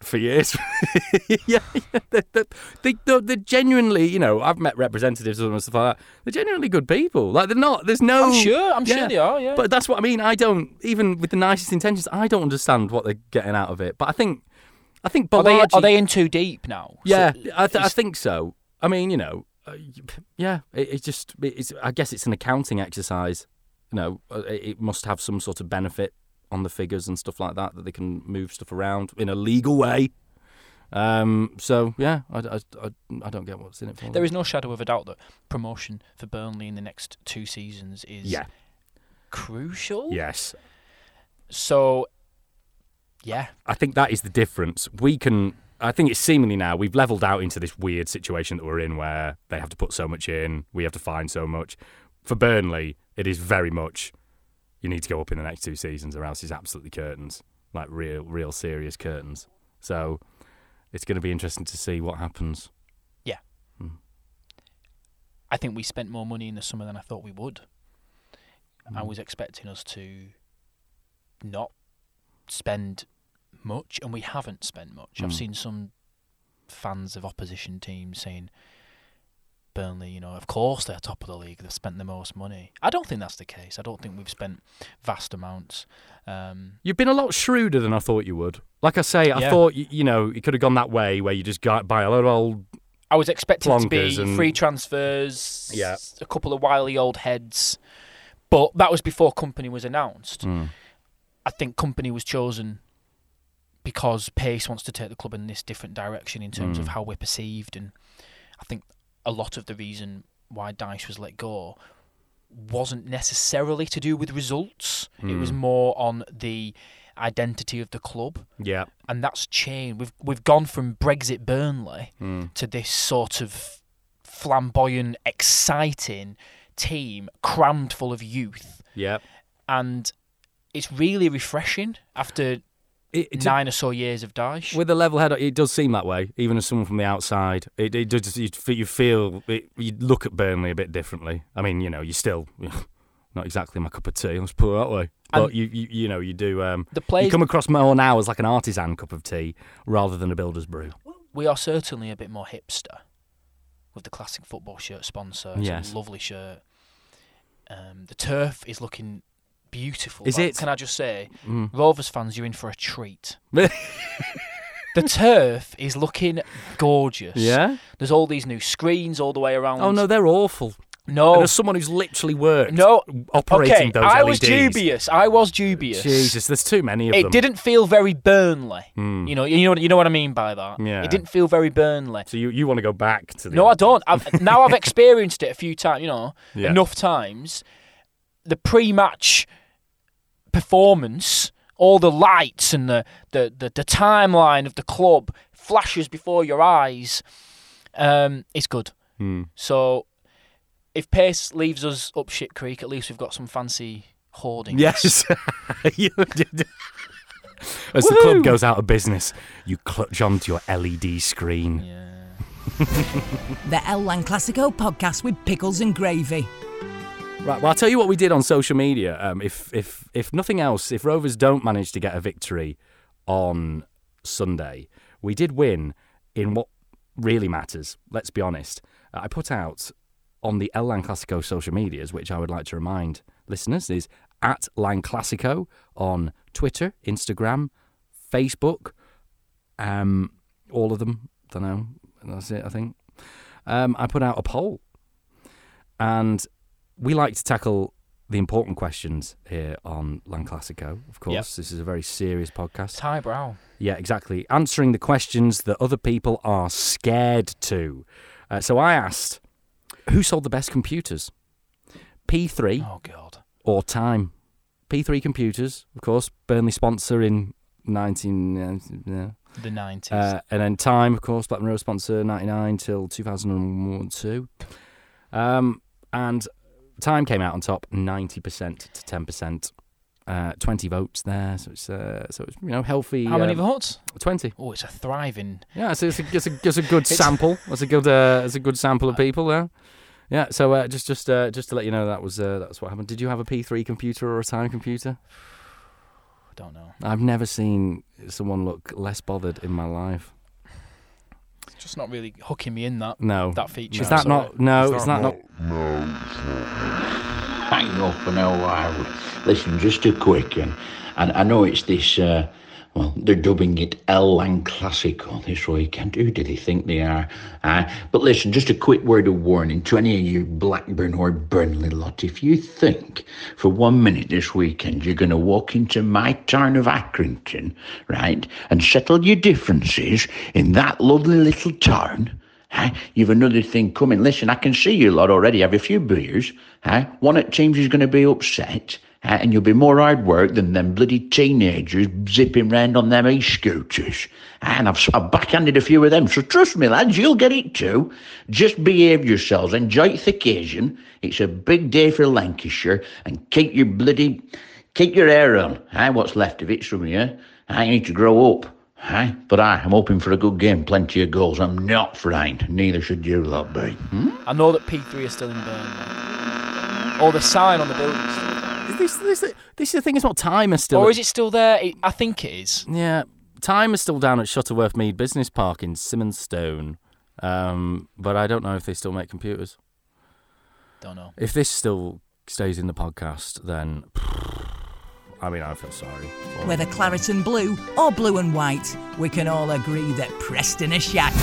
S2: for years. yeah, yeah they, they, they, they're, they're genuinely, you know, I've met representatives of them and stuff like that. They're genuinely good people. Like they're not. There's no.
S1: I'm sure. I'm sure they are. Yeah.
S2: But that's what I mean. I don't even with the nicest intentions. I don't understand what they're getting out of it. But I think, I think
S1: are they
S2: Bolaji,
S1: are they in too deep now? So-
S2: Yeah, I, th- I
S1: it's-
S2: think so. I mean, you know, uh, yeah. It, it's just. It's. I guess it's an accounting exercise. You know, uh, it, it must have some sort of benefit on the figures and stuff like that that they can move stuff around in a legal way. Um, so yeah, I, I, I, I don't get what's in it for.
S1: There is no shadow of a doubt that promotion for Burnley in the next two seasons is
S2: yeah,
S1: crucial.
S2: yes.
S1: So, yeah,
S2: I think that is the difference. We can. I think it's seemingly now we've leveled out into this weird situation that we're in, where they have to put so much in, we have to find so much. For Burnley, it is very much you need to go up in the next two seasons, or else it's absolutely curtains, like real, real serious curtains. So it's going to be interesting to see what happens.
S1: I think we spent more money in the summer than I thought we would. I
S2: Mm.
S1: was expecting us to not spend much, and we haven't spent much.
S2: Mm.
S1: I've seen some fans of opposition teams saying Burnley, you know, of course they're top of the league, they've spent the most money. I don't think that's the case. I don't think we've spent vast amounts. Um,
S2: You've been a lot shrewder than I thought you would. Like I say, I
S1: Yeah.
S2: thought you, you know it could have gone that way, where you just got, buy a lot of old
S1: I was expecting to be
S2: Plonkers and-
S1: free transfers,
S2: Yeah.
S1: a couple of wily old heads, but that was before company was announced.
S2: Hmm.
S1: I think company was chosen because Pace wants to take the club in this different direction in terms of
S2: Mm.
S1: how we're perceived, and I think a lot of the reason why Dice was let go wasn't necessarily to do with results. It was
S2: Mm.
S1: more on the identity of the club,
S2: yeah,
S1: and that's changed. We've we've gone from Brexit Burnley
S2: mm.
S1: to this sort of flamboyant, exciting team crammed full of youth,
S2: yeah.
S1: and it's really refreshing after
S2: It, it's a-
S1: nine or so years of Daesh.
S2: with a level head, it does seem that way. Even as someone from the outside, it, it does. You feel, you, feel it, you look at Burnley a bit differently. I mean, you know, you still not exactly my cup of tea. Let's put it that way. But
S1: And-
S2: you, you, you know, you do. Um,
S1: the
S2: you
S1: players,
S2: come across more now as like an artisan cup of tea rather than a builder's brew.
S1: we are certainly a bit more hipster with the classic football shirt sponsor. It's
S2: Yes.
S1: a lovely shirt. Um, the turf is looking beautiful.
S2: Is
S1: Like,
S2: it?
S1: Can I just say,
S2: Mm.
S1: Rovers fans, you're in for a treat. The turf is looking gorgeous.
S2: yeah.
S1: There's all these new screens all the way around.
S2: Oh no, they're awful. And
S1: No.
S2: as someone who's literally worked
S1: Oh. No.
S2: operating
S1: Okay.
S2: those
S1: I
S2: LEDs,
S1: was dubious. I was dubious.
S2: Jesus, there's too many of
S1: It
S2: them.
S1: didn't feel very Burnley.
S2: Mm.
S1: You know, you know, you know what I mean by that.
S2: Yeah.
S1: It didn't feel very Burnley.
S2: So you, you want to go back to the
S1: No, I don't. I've, now I've experienced it a few times, you know,
S2: Yeah.
S1: enough times. The pre-match performance, all the lights and the the, the, the timeline of the club flashes before your eyes. Um, it's good.
S2: Mm.
S1: So if Pace leaves us up shit creek, at least we've got some fancy hoarding.
S2: Yes. You did. As the club
S1: Woohoo!
S2: goes out of business, you clutch onto your LED screen.
S1: Yeah.
S3: The El Lang Classico podcast with pickles and gravy.
S2: Right. Well, I'll tell you what we did on social media. Um, if if if nothing else, if Rovers don't manage to get a victory on Sunday, we did win in what really matters. Let's be honest. Uh, I put out on the El Lan Clasico social medias, which I would like to remind listeners is at Lan Clasico on Twitter, Instagram, Facebook, um, all of them. Don't know. That's it. I think. Um, I put out a poll, and we like to tackle the important questions here on Lan Clasico. Of course, this is a very serious podcast.
S1: It's highbrow.
S2: Yeah, exactly. Answering the questions that other people are scared to. Uh, so I asked, who sold the best computers? P3
S1: Oh god.
S2: or Time? P3 computers, of course, Burnley sponsor in 19. yeah.
S1: The nineties.
S2: Uh, and then Time, of course, Black Mirror sponsor, 99 till 2002. Um, and Time came out on top, 90% to 10%. Uh, 20 votes there, so it's, uh, so it's you know, healthy.
S1: How many
S2: uh,
S1: votes?
S2: 20.
S1: Oh, it's a thriving
S2: Yeah, so it's a, it's a, it's a good
S1: It's-
S2: sample. It's a good uh, it's a good sample of people. Yeah, yeah. So uh, just just uh, just to let you know that was uh, that's what happened. Did you have a P3 computer or a Time computer?
S1: I don't know.
S2: I've never seen someone look less bothered in my life.
S1: It's just not really hooking me in that
S2: No,
S1: that feature.
S2: is that
S1: Sorry.
S2: not? No, is that not?
S4: hang up and oh, I listen just a quick and and I know it's this uh, Well, they're dubbing it El Lang Classico this weekend. Who do they think they are? Uh, but listen, just a quick word of warning to any of you Blackburn or Burnley lot. If you think for one minute this weekend you're going to walk into my town of Accrington, right, and settle your differences in that lovely little town, Huh? You've another thing coming. Listen, I can see you lot already have a few beers. Huh? One at teams is going to be upset, huh? and you'll be more hard work than them bloody teenagers zipping round on them e-scooters. And I've, I've backhanded a few of them, so trust me, lads, you'll get it too. Just behave yourselves, enjoy the occasion. It's a big day for Lancashire, and keep your bloody, keep your hair on. Huh? What's left of it's from here. Huh? You need to grow up. Aye, but I am hoping for a good game, plenty of goals. I'm not frightened, neither should you lot be.
S1: I know that P3 is still in Burnley. Or the sign on the building is still there.
S2: This, this, this is the thing. It's not time is still.
S1: Or is it still there? It, I think it is.
S2: Yeah, time is still down at Shuttleworth Mead Business Park in Simonstone, um, but I don't know if they still make computers.
S1: Don't know.
S2: If this still stays in the podcast, then I mean I feel sorry. for them.
S3: Whether claret and blue or blue and white, we can all agree that Preston are shack.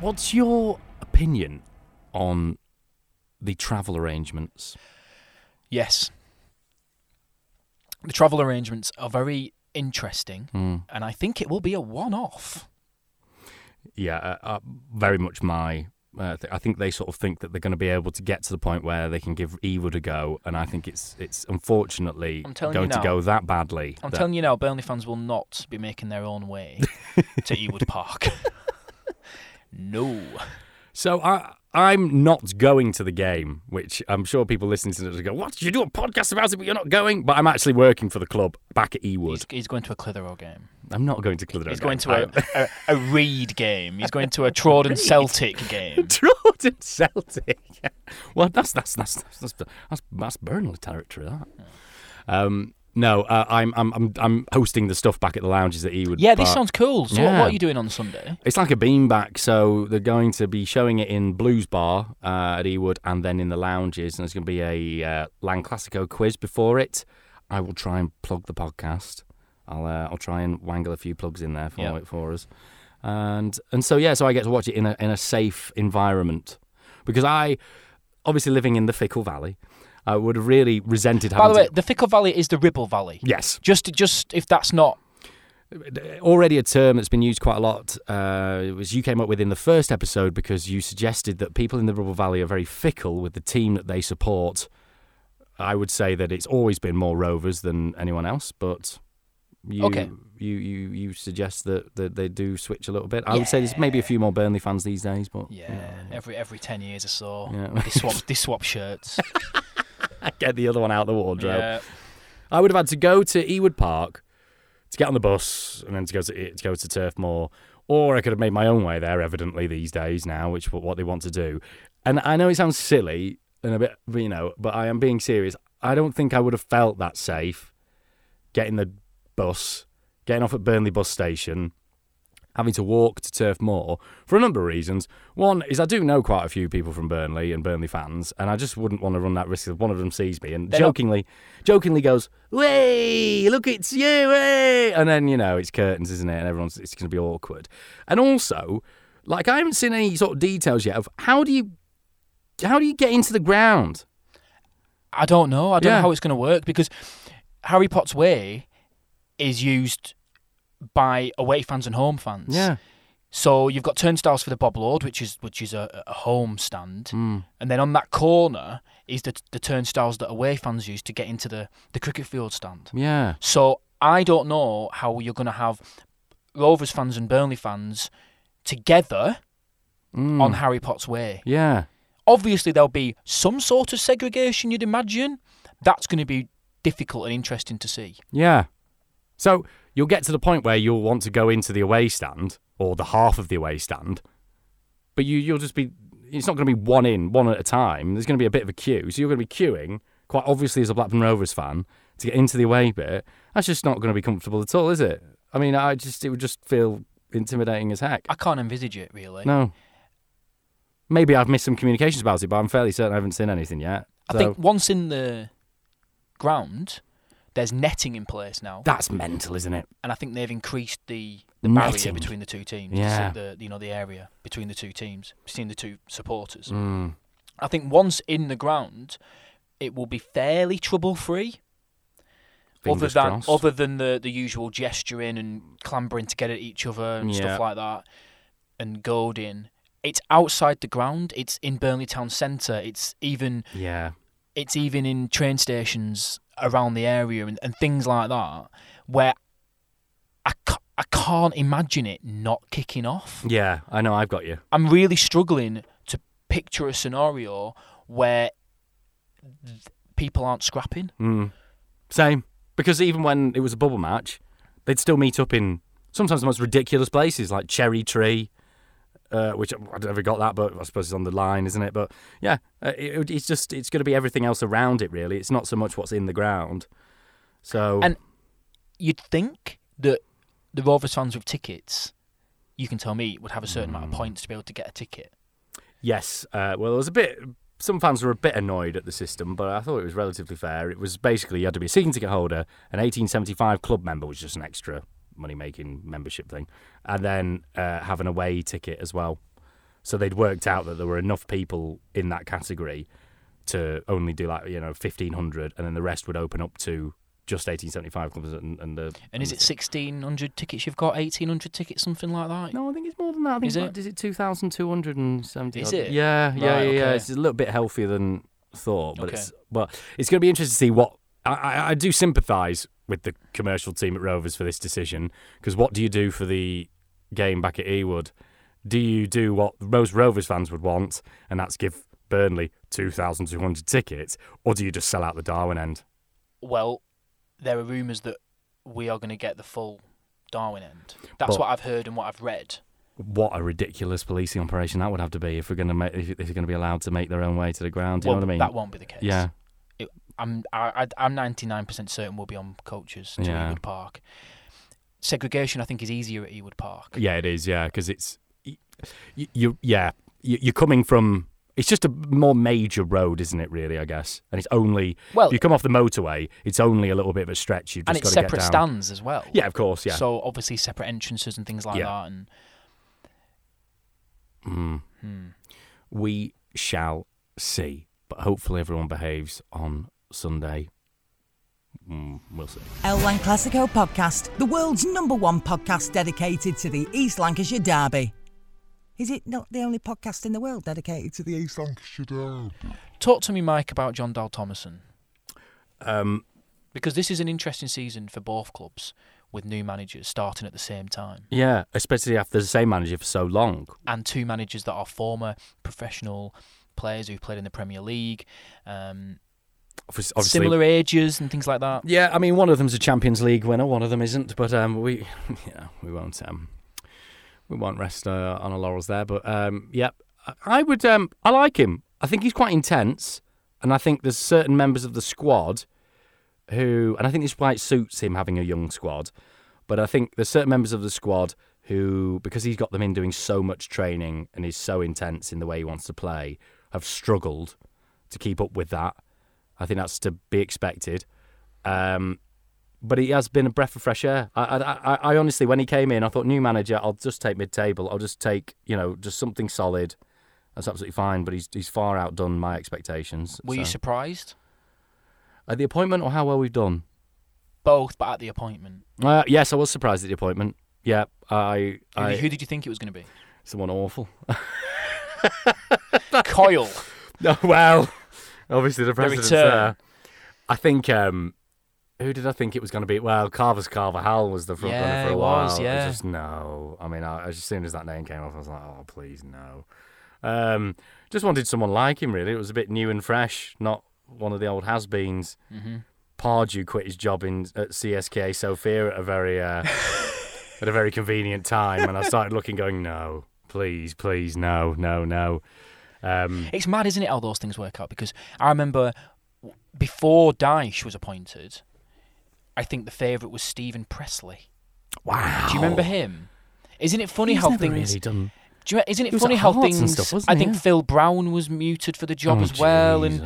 S2: What's your opinion on the travel arrangements?
S1: Yes. The travel arrangements are very interesting, and I think it will be a one off.
S2: yeah, uh, uh, very much my. Uh, th- I think they sort of think that they're going to be able to get to the point where they can give Ewood a go, and I think it's it's unfortunately
S1: I'm telling you
S2: going to
S1: now.
S2: go that badly.
S1: I'm
S2: that-
S1: telling you now, Burnley fans will not be making their own way to Ewood Park. no.
S2: So I I'm not going to the game, which I'm sure people listening to this go, "What? Did you do a podcast about it, but you're not going?" But I'm actually working for the club back at Ewood.
S1: He's, he's going to a Clitheroe game.
S2: I'm not going to Clitheroe.
S1: He's
S2: again.
S1: going to a, a, a Reed game. He's going to a Trawden Celtic game.
S2: Jordan Celtic. well, that's that's that's that's that's, that's, that's Burnley territory. That. Um, no, uh, I'm I'm I'm I'm hosting the stuff back at the lounges at Ewood.
S1: Yeah, this
S2: Park.
S1: sounds cool. So, what,
S2: Yeah.
S1: what are you doing on Sunday?
S2: It's like a beanbag, so they're going to be showing it in Blues Bar uh, at Ewood and then in the lounges, and there's going to be a uh, Lang Classico quiz before it. I will try and plug the podcast. I'll uh, I'll try and wangle a few plugs in there for
S1: Yeah.
S2: it for us, and and so yeah, so I get to watch it in a in a safe environment because I, obviously living in the Fickle Valley, I would have really resented having.
S1: By the way,
S2: to-
S1: the Fickle Valley is the Ribble Valley.
S2: yes,
S1: Just, just if that's not
S2: already a term that's been used quite a lot uh, it was you came up with in the first episode because you suggested that people in the Ribble Valley are very fickle with the team that they support. I would say that it's always been more Rovers than anyone else, but you
S1: Okay.
S2: you, you you suggest that, that they do switch a little bit. I would say there's maybe a few more Burnley fans these days, but
S1: Yeah, every every ten years or so,
S2: Yeah.
S1: they swap they swap shirts.
S2: get the other one out of the wardrobe.
S1: yeah.
S2: I would have had to go to Ewood Park to get on the bus and then to go to to go to Turf Moor, or I could have made my own way there. Evidently, these days now, which what they want to do, and I know it sounds silly and a bit you know, but I am being serious. I don't think I would have felt that safe getting the bus, getting off at Burnley bus station. Having to walk to Turf Moor for a number of reasons. One is I do know quite a few people from Burnley and Burnley fans, and I just wouldn't want to run that risk if one of them sees me and
S1: They're not-
S2: jokingly, jokingly goes, "Way, look, it's you, way," and then you know it's curtains, isn't it? And everyone's it's going to be awkward. And also, like I haven't seen any sort of details yet of how do you how do you get into the ground?
S1: I don't know. I don't
S2: Yeah.
S1: know how it's going to work because Harry Potter's way is used by away fans and home fans. So you've got turnstiles for the Bob Lord, which is which is a, a home stand, and then on that corner is the the turnstiles that away fans use to get into the the cricket field stand.
S2: yeah.
S1: So I don't know how you're going to have Rovers fans and Burnley fans together
S2: Mm.
S1: on Harry Potter's way.
S2: Yeah.
S1: Obviously, there'll be some sort of segregation, you'd imagine. That's going to be difficult and interesting to see.
S2: Yeah. So you'll get to the point where you'll want to go into the away stand or the half of the away stand, but you you'll just be it's not going to be one in one at a time. There's going to be a bit of a queue, so you're going to be queuing quite obviously as a Blackburn Rovers fan to get into the away bit. That's just not going to be comfortable at all, is it? I mean, I just it would just feel intimidating as heck.
S1: I can't envisage it, really.
S2: No. Maybe I've missed some communications about it, but I'm fairly certain I haven't seen anything yet.
S1: I
S2: So-
S1: think once in the ground, There's netting in place now,
S2: That's mental, isn't it?
S1: and I think they've increased the the barrier
S2: Netting.
S1: between the two teams. to
S2: Yeah.
S1: see The, you know the area between the two teams, between the two supporters.
S2: Mm.
S1: I think once in the ground, it will be fairly trouble free.
S2: Fingers
S1: other than
S2: crossed.
S1: other than the the usual gesturing and clambering to get at each other and
S2: Yeah.
S1: stuff like that, and goading. It's outside the ground. It's in Burnley town centre. It's even
S2: yeah.
S1: it's even in train stations around the area and, and things like that where I, ca- I can't imagine it not kicking off.
S2: Yeah, I know. I've got you.
S1: I'm really struggling to picture a scenario where th- people aren't scrapping.
S2: Mm. Same. Because even when it was a bubble match, they'd still meet up in sometimes the most ridiculous places, like Cherry Tree, uh, which I never got that, but I suppose it's on the line, isn't it? But yeah, uh, it, it's just it's going to be everything else around it, really. It's not so much what's in the ground. So
S1: And- You'd think that the Rovers fans with tickets, you can tell me, would have a certain amount of points to be able to get a ticket.
S2: yes, uh, well, it was a bit. Some fans were a bit annoyed at the system, but I thought it was relatively fair. It was basically you had to be a season ticket holder, an 1875 club member, which is just an extra money making membership thing, and then uh, have an away ticket as well. So they'd worked out that there were enough people in that category to only do like you know 1500, and then the rest would open up to just 1875 clubs and, and the.
S1: And is it 1,600 tickets you've got, 1,800 tickets, something like that?
S2: No, I think it's more than that. I think
S1: Is
S2: it's
S1: it?
S2: like- is it two thousand two hundred and seventy?
S1: Is it?
S2: Yeah, yeah,
S1: Right,
S2: yeah, yeah.
S1: okay.
S2: It's a little bit healthier than thought, but
S1: Okay.
S2: it's but it's going to be interesting to see what I, I, I do sympathise with the commercial team at Rovers for this decision because what do you do for the game back at Ewood? Do you do what most Rovers fans would want, and that's give Burnley two thousand two hundred tickets, or do you just sell out the Darwin end?
S1: Well, there are rumours that we are going to get the full Darwin end. That's
S2: But-
S1: what I've heard and what I've read.
S2: What a ridiculous policing operation that would have to be if we're going to make if, if they're going to be allowed to make their own way to the ground. Do you
S1: well,
S2: know what I mean?
S1: that won't be the case.
S2: yeah.
S1: It, I'm I, I- I'm 99% certain we'll be on coaches to
S2: Yeah.
S1: Ewood Park. Segregation, I think, is easier at Ewood Park.
S2: Yeah, it is. Yeah, because it's y- you, you. Yeah, you, you're coming from. It's just a more major road, isn't it? Really, I guess. And it's only
S1: Well-
S2: if you come off the motorway. It's only a little bit of a stretch. You've just
S1: and it's
S2: got to
S1: separate
S2: get down.
S1: stands as well.
S2: Yeah, of course. Yeah.
S1: So obviously separate entrances and things like
S2: Yeah.
S1: that. And
S2: we shall see. But hopefully, everyone behaves on Sunday. Mm, we'll see.
S3: Elland Classico Podcast, the world's number one podcast dedicated to the East Lancashire Derby. Is it not the only podcast in the world dedicated to the East Lancashire Derby?
S1: talk to me, Mike, about John Dal Thomason
S2: Um,
S1: because this is an interesting season for both clubs with new managers starting at the same time
S2: yeah, especially after the same manager for so long.
S1: and two managers that are former professional players who've played in the Premier League, um,
S2: Obvi- Obviously,
S1: similar ages and things like that.
S2: Yeah, I mean, one of them's a Champions League winner, one of them isn't. But um, we, yeah, we won't, um, we won't rest uh, on our laurels there. But um, yeah, I- I would, um, I like him. I think he's quite intense, and I think there's certain members of the squad who, and I think this is why it suits him having a young squad. But I think there's certain members of the squad who, because he's got them in doing so much training and is so intense in the way he wants to play, have struggled to keep up with that. I think that's to be expected. Um, but he has been a breath of fresh air. I, I, I, I honestly, when he came in, I thought new manager. I'll just take mid-table. I'll just take you know just something solid. That's absolutely fine. But he's he's far outdone my expectations.
S1: Were you
S2: so.
S1: surprised?
S2: at the appointment or how well we've done?
S1: Both, but at the appointment.
S2: Uh, yes, I was surprised at the appointment. Yeah, I,
S1: Who,
S2: I
S1: who did you think it was going to be?
S2: someone awful.
S1: Coyle.
S2: No, well, obviously the president's
S1: return.
S2: there. I think um, who did I think it was going to be? Well, Carver's Carver Howell was the front
S1: Yeah,
S2: runner for
S1: he
S2: a while.
S1: was, yeah.
S2: just no. I mean, I, as soon as that name came off, I was like, oh please no. Um, just wanted someone like him really. It was a bit new and fresh, not one of the old has-beens.
S1: Mm-hmm.
S2: Pardew quit his job in at CSKA Sofia at a very uh, at a very convenient time, and I started looking, going, no, please, please, no, no, no. Um,
S1: It's mad, isn't it, how those things work out? Because I remember w- before Dyche was appointed, I think the favourite was Stephen Presley.
S2: Wow.
S1: Do you remember him? Isn't it funny
S2: He's
S1: how
S2: Oh. never
S1: things?
S2: really done.
S1: do you, isn't
S2: He
S1: it
S2: was at
S1: funny how
S2: Hearts and
S1: things?
S2: stuff, wasn't
S1: I
S2: he?
S1: think
S2: Yeah.
S1: Phil Brown was muted for the job as well, and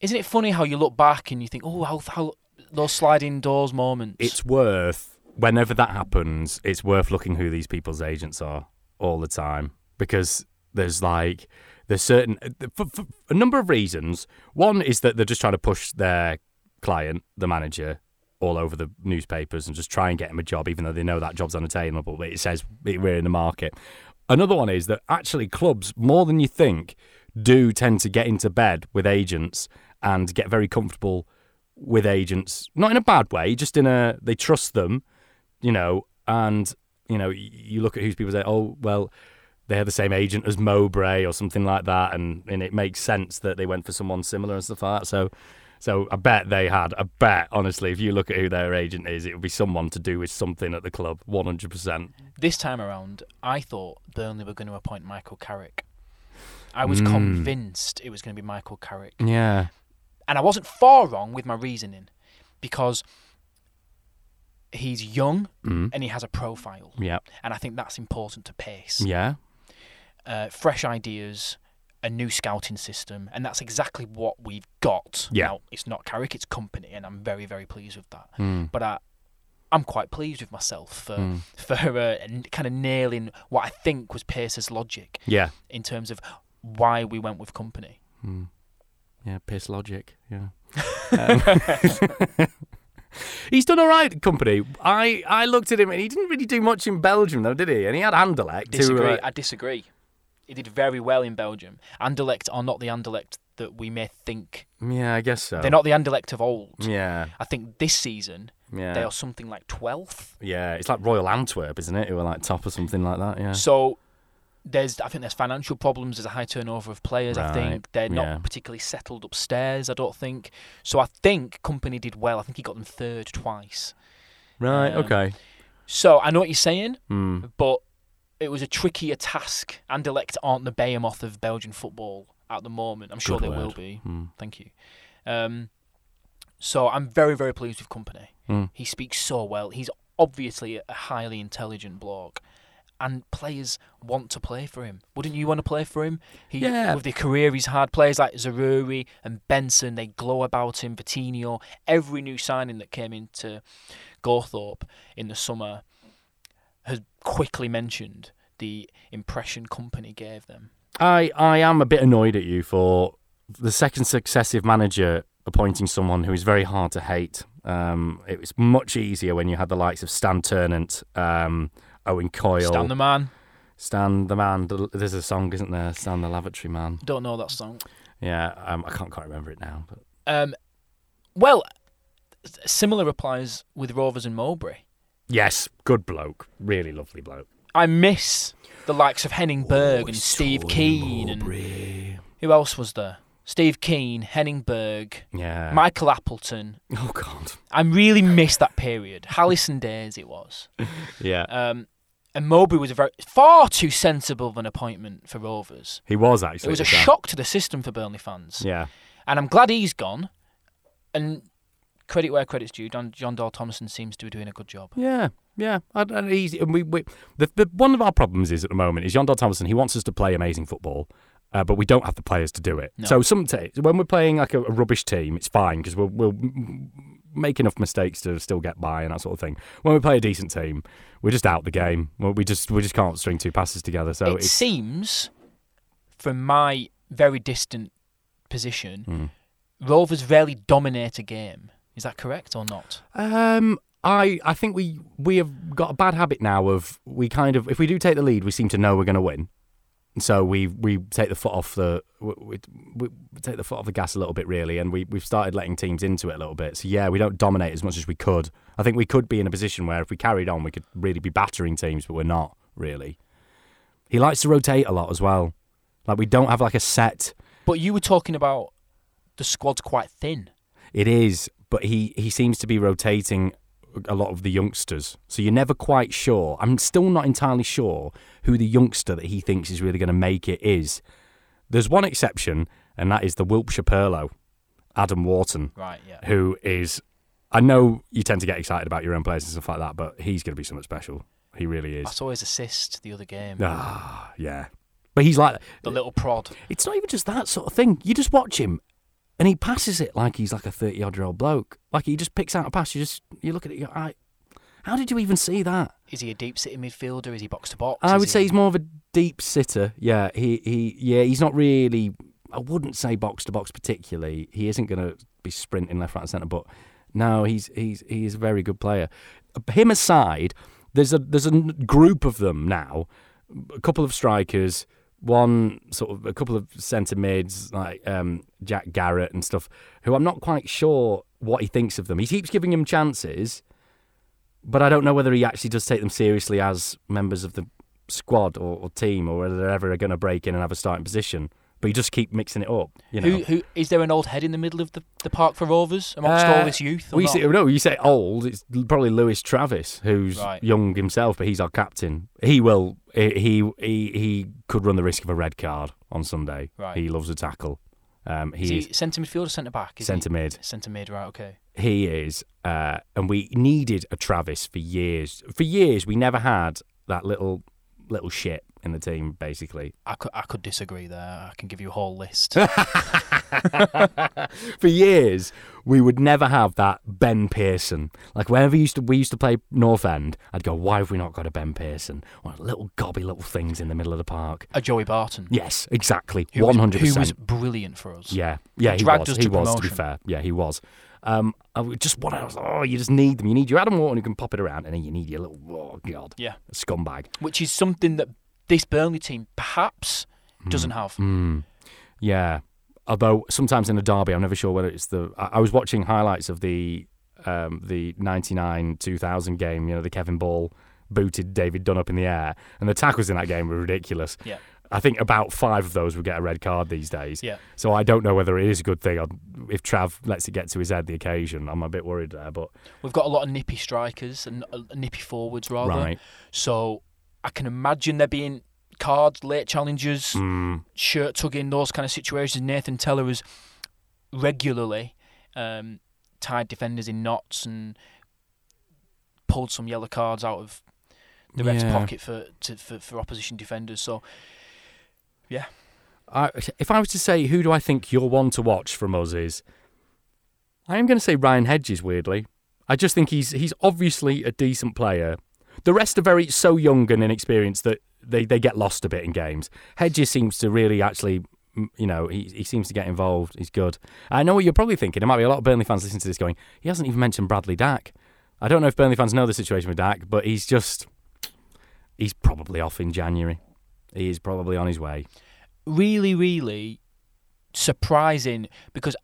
S1: isn't it funny how you look back and you think, oh, how how those sliding doors moments.
S2: it's worth whenever that happens it's worth looking who these people's agents are all the time because there's like there's certain uh, for, for a number of reasons one is that they're just trying to push their client the manager all over the newspapers and just try and get him a job even though they know that job's unattainable but it says we're in the market another one is that actually clubs more than you think do tend to get into bed with agents and get very comfortable with agents, not in a bad way, just in a they trust them, you know, and you know y- you look at who's people say, oh well, they're the same agent as Mowbray or something like that, and and it makes sense that they went for someone similar and stuff like that. So. So I bet they had a bet. Honestly, if you look at who their agent is, it would be someone to do with something at the club, one hundred percent.
S1: this time around, I thought Burnley were going to appoint Michael Carrick. I
S2: Hmm.
S1: was convinced it was going to be Michael Carrick.
S2: Yeah,
S1: and I wasn't far wrong with my reasoning because he's young
S2: Hmm.
S1: and he has a profile,
S2: yeah,
S1: and I think that's important to pace.
S2: yeah,
S1: Uh, fresh ideas, a new scouting system, and that's exactly what we've got.
S2: Yeah.
S1: Now, it's not Carrick, it's company, and I'm very, very pleased with that.
S2: Hmm.
S1: But I, I'm quite pleased with myself for for uh, kind of nailing what I think was Pace's logic
S2: yeah,
S1: in terms of why we went with company.
S2: yeah. Piss logic. Yeah. Um, He's done all right, company. I, I looked at him and he didn't really do much in Belgium, though, did he? And he had Anderlecht. who uh, were,
S1: Disagree.
S2: like-
S1: I disagree. He did very well in Belgium. Anderlecht are not the Anderlecht that we may think.
S2: yeah, I guess so.
S1: They're not the Anderlecht of old.
S2: Oh. Yeah,
S1: I think this season
S2: yeah.
S1: they are something like 12th.
S2: Yeah, it's like Royal Antwerp, isn't it? Who were like top or something like that. Yeah.
S1: So there's, I think there's financial problems. There's a high turnover of players. I
S2: Right,
S1: think they're not
S2: yeah.
S1: particularly settled upstairs. I don't think. So I think company did well. I think he got them third twice.
S2: Right.
S1: um,
S2: okay.
S1: So I know what you're saying,
S2: Hmm.
S1: but it was a trickier task. Anderlecht aren't the behemoth of Belgian football at the moment. I'm sure
S2: Good
S1: they will
S2: word.
S1: be.
S2: Hmm.
S1: Thank you. Um, so I'm very, very pleased with Company.
S2: Mm.
S1: He speaks so well. He's obviously a highly intelligent bloke, and players want to play for him. Wouldn't you want to play for him? He,
S2: Yeah.
S1: With the career he's had, players like Zaruri and Benson, they glow about him. Vitinho, every new signing that came into Gawthorpe in the summer has quickly mentioned the impression Company gave them.
S2: I, I am a bit annoyed at you for the second successive manager appointing someone who is very hard to hate. Um, it was much easier when you had the likes of Stan Turnant, um, Owen Coyle,
S1: Stan the man.
S2: Stan the man. the- There's a song, isn't there? Stan the lavatory man.
S1: Don't know that song.
S2: Yeah, um, I can't quite remember it now, but
S1: Um, well, s- similar applies with Rovers and Mowbray.
S2: yes, good bloke, really lovely bloke.
S1: I miss the likes of
S2: Oh,
S1: Henning Berg and Steve Keane. And who else was there? Steve Keane, Henning Berg,
S2: Yeah.
S1: Michael Appleton.
S2: oh God.
S1: I really miss that period. Hallison days it was.
S2: Yeah.
S1: Um, and Mowbray was a very far too sensible of an appointment for Rovers.
S2: he was actually.
S1: It was a
S2: at the time.
S1: shock to the system for Burnley fans.
S2: Yeah.
S1: And I'm glad he's gone. And credit where credit's due, Don, John Dahl Thompson seems to be doing a good job.
S2: Yeah, yeah. And, and he's and we, we the, the one of our problems is at the moment is John Dodd Thompson. He wants us to play amazing football. Uh, but we don't have the players to do it.
S1: No.
S2: So sometimes when we're playing like a, a rubbish team, it's fine because we'll, we'll m- m- make enough mistakes to still get by and that sort of thing. When we play a decent team, we're just out the game. We we just we just can't string two passes together. So
S1: it
S2: it's,
S1: seems, from my very distant position,
S2: Hmm.
S1: Rovers rarely dominate a game. Is that correct or not?
S2: Um, I I think we we have got a bad habit now of we kind of if we do take the lead, we seem to know we're going to win. So we we take the foot off the we, we, we take the foot off the gas a little bit really, and we we've started letting teams into it a little bit. So yeah, we don't dominate as much as we could. I think we could be in a position where if we carried on, we could really be battering teams, but we're not really. He likes to rotate a lot as well. Like we don't have like a set
S1: But you were talking about the squad's quite thin.
S2: It is, but he he seems to be rotating a lot of the youngsters. So you're never quite sure. I'm still not entirely sure who the youngster that he thinks is really going to make it is. There's one exception, and that is the Wiltshire Perlo, Adam Wharton,
S1: Right, yeah.
S2: who is. I know you tend to get excited about your own players and stuff like that, but he's going to be something special. He really is.
S1: That's always assist the other game.
S2: Ah, yeah. But he's like
S1: The little prod.
S2: it's not even just that sort of thing. You just watch him, and he passes it like he's like a thirty odd year old bloke. Like he just picks out a pass. You just you look at it. You go, I, how did you even see that?
S1: Is he a deep sitting midfielder? Is he box to box?
S2: I
S1: Is
S2: would
S1: he-
S2: say he's more of a deep sitter. Yeah, he he yeah he's not really. I wouldn't say box to box particularly. He isn't going to be sprinting left, right, and centre. But no, he's he's he is a very good player. Him aside, there's a there's a n- group of them now. A couple of strikers, one sort of a couple of centre mids like um, Jack Garrett and stuff. Who I'm not quite sure what he thinks of them. He keeps giving him chances but I don't know whether he actually does take them seriously as members of the squad or, or team, or whether they're ever going to break in and have a starting position. But you just keep mixing it up, you know.
S1: Who, who is there an old head in the middle of the, the park for Rovers amongst
S2: Uh,
S1: all this youth? or
S2: we
S1: not?
S2: say, no, you say old. It's probably Lewis Travis, who's
S1: Right.
S2: young himself, but he's our captain. He will. He he he could run the risk of a red card on Sunday.
S1: Right.
S2: He loves a tackle. Um, he
S1: is
S2: is,
S1: he centre midfield or centre back? Is he-
S2: centre mid.
S1: Centre mid, right? Okay.
S2: He is, uh, and we needed a Travis for years. For years, we never had that little little shit in the team. Basically,
S1: I could I could disagree there. I can give you a whole list.
S2: for years, we would never have that Ben Pearson. Like whenever we used to, we used to play North End, I'd go, "Why have we not got a Ben Pearson? One of the little gobby little things in the middle of the park."
S1: a Joey Barton.
S2: Yes, exactly,
S1: who was-
S2: one hundred
S1: Who was
S2: percent.
S1: brilliant for us.
S2: Yeah, yeah, he
S1: dragged
S2: was.
S1: us
S2: he
S1: to
S2: was. To be
S1: promotion.
S2: fair, yeah, he was. Um, I would just what else? Oh, you just need them. You need your Adam Wharton who can pop it around, and then you need your little oh god,
S1: Yeah.
S2: scumbag.
S1: Which is something that this Burnley team perhaps
S2: Mm.
S1: doesn't have.
S2: Yeah. Although sometimes in a derby, I'm never sure whether it's the. I, I was watching highlights of the um, the 99 2000 game, you know, the Kevin Ball booted David Dunn up in the air, and the tackles in that game were ridiculous.
S1: Yeah.
S2: I think about five of those would get a red card these days.
S1: Yeah.
S2: So I don't know whether it is a good thing. Or if Trav lets it get to his head the occasion, I'm a bit worried there. But
S1: We've got a lot of nippy strikers and uh, nippy forwards rather.
S2: Right.
S1: So I can imagine there being cards, late challenges,
S2: Mm. Hmm.
S1: shirt tugging, those kind of situations. Nathan Teller has regularly um, tied defenders in knots and pulled some yellow cards out of the ref's
S2: Yeah.
S1: pocket for, to, for for opposition defenders. So
S2: I, if I was to say who do I think your one to watch from us is, I am going to say Ryan Hedges. Weirdly, I just think he's he's obviously a decent player. The rest are very so young and inexperienced that they, they get lost a bit in games. Hedges seems to really actually, mm, you know, he, he seems to get involved. He's good. I know what you're probably thinking. There might be a lot of Burnley fans listening to this going, he hasn't even mentioned Bradley Dack. I don't know if Burnley fans know the situation with Dack, but he's just he's probably off in January. He is probably on his way.
S1: really, really surprising because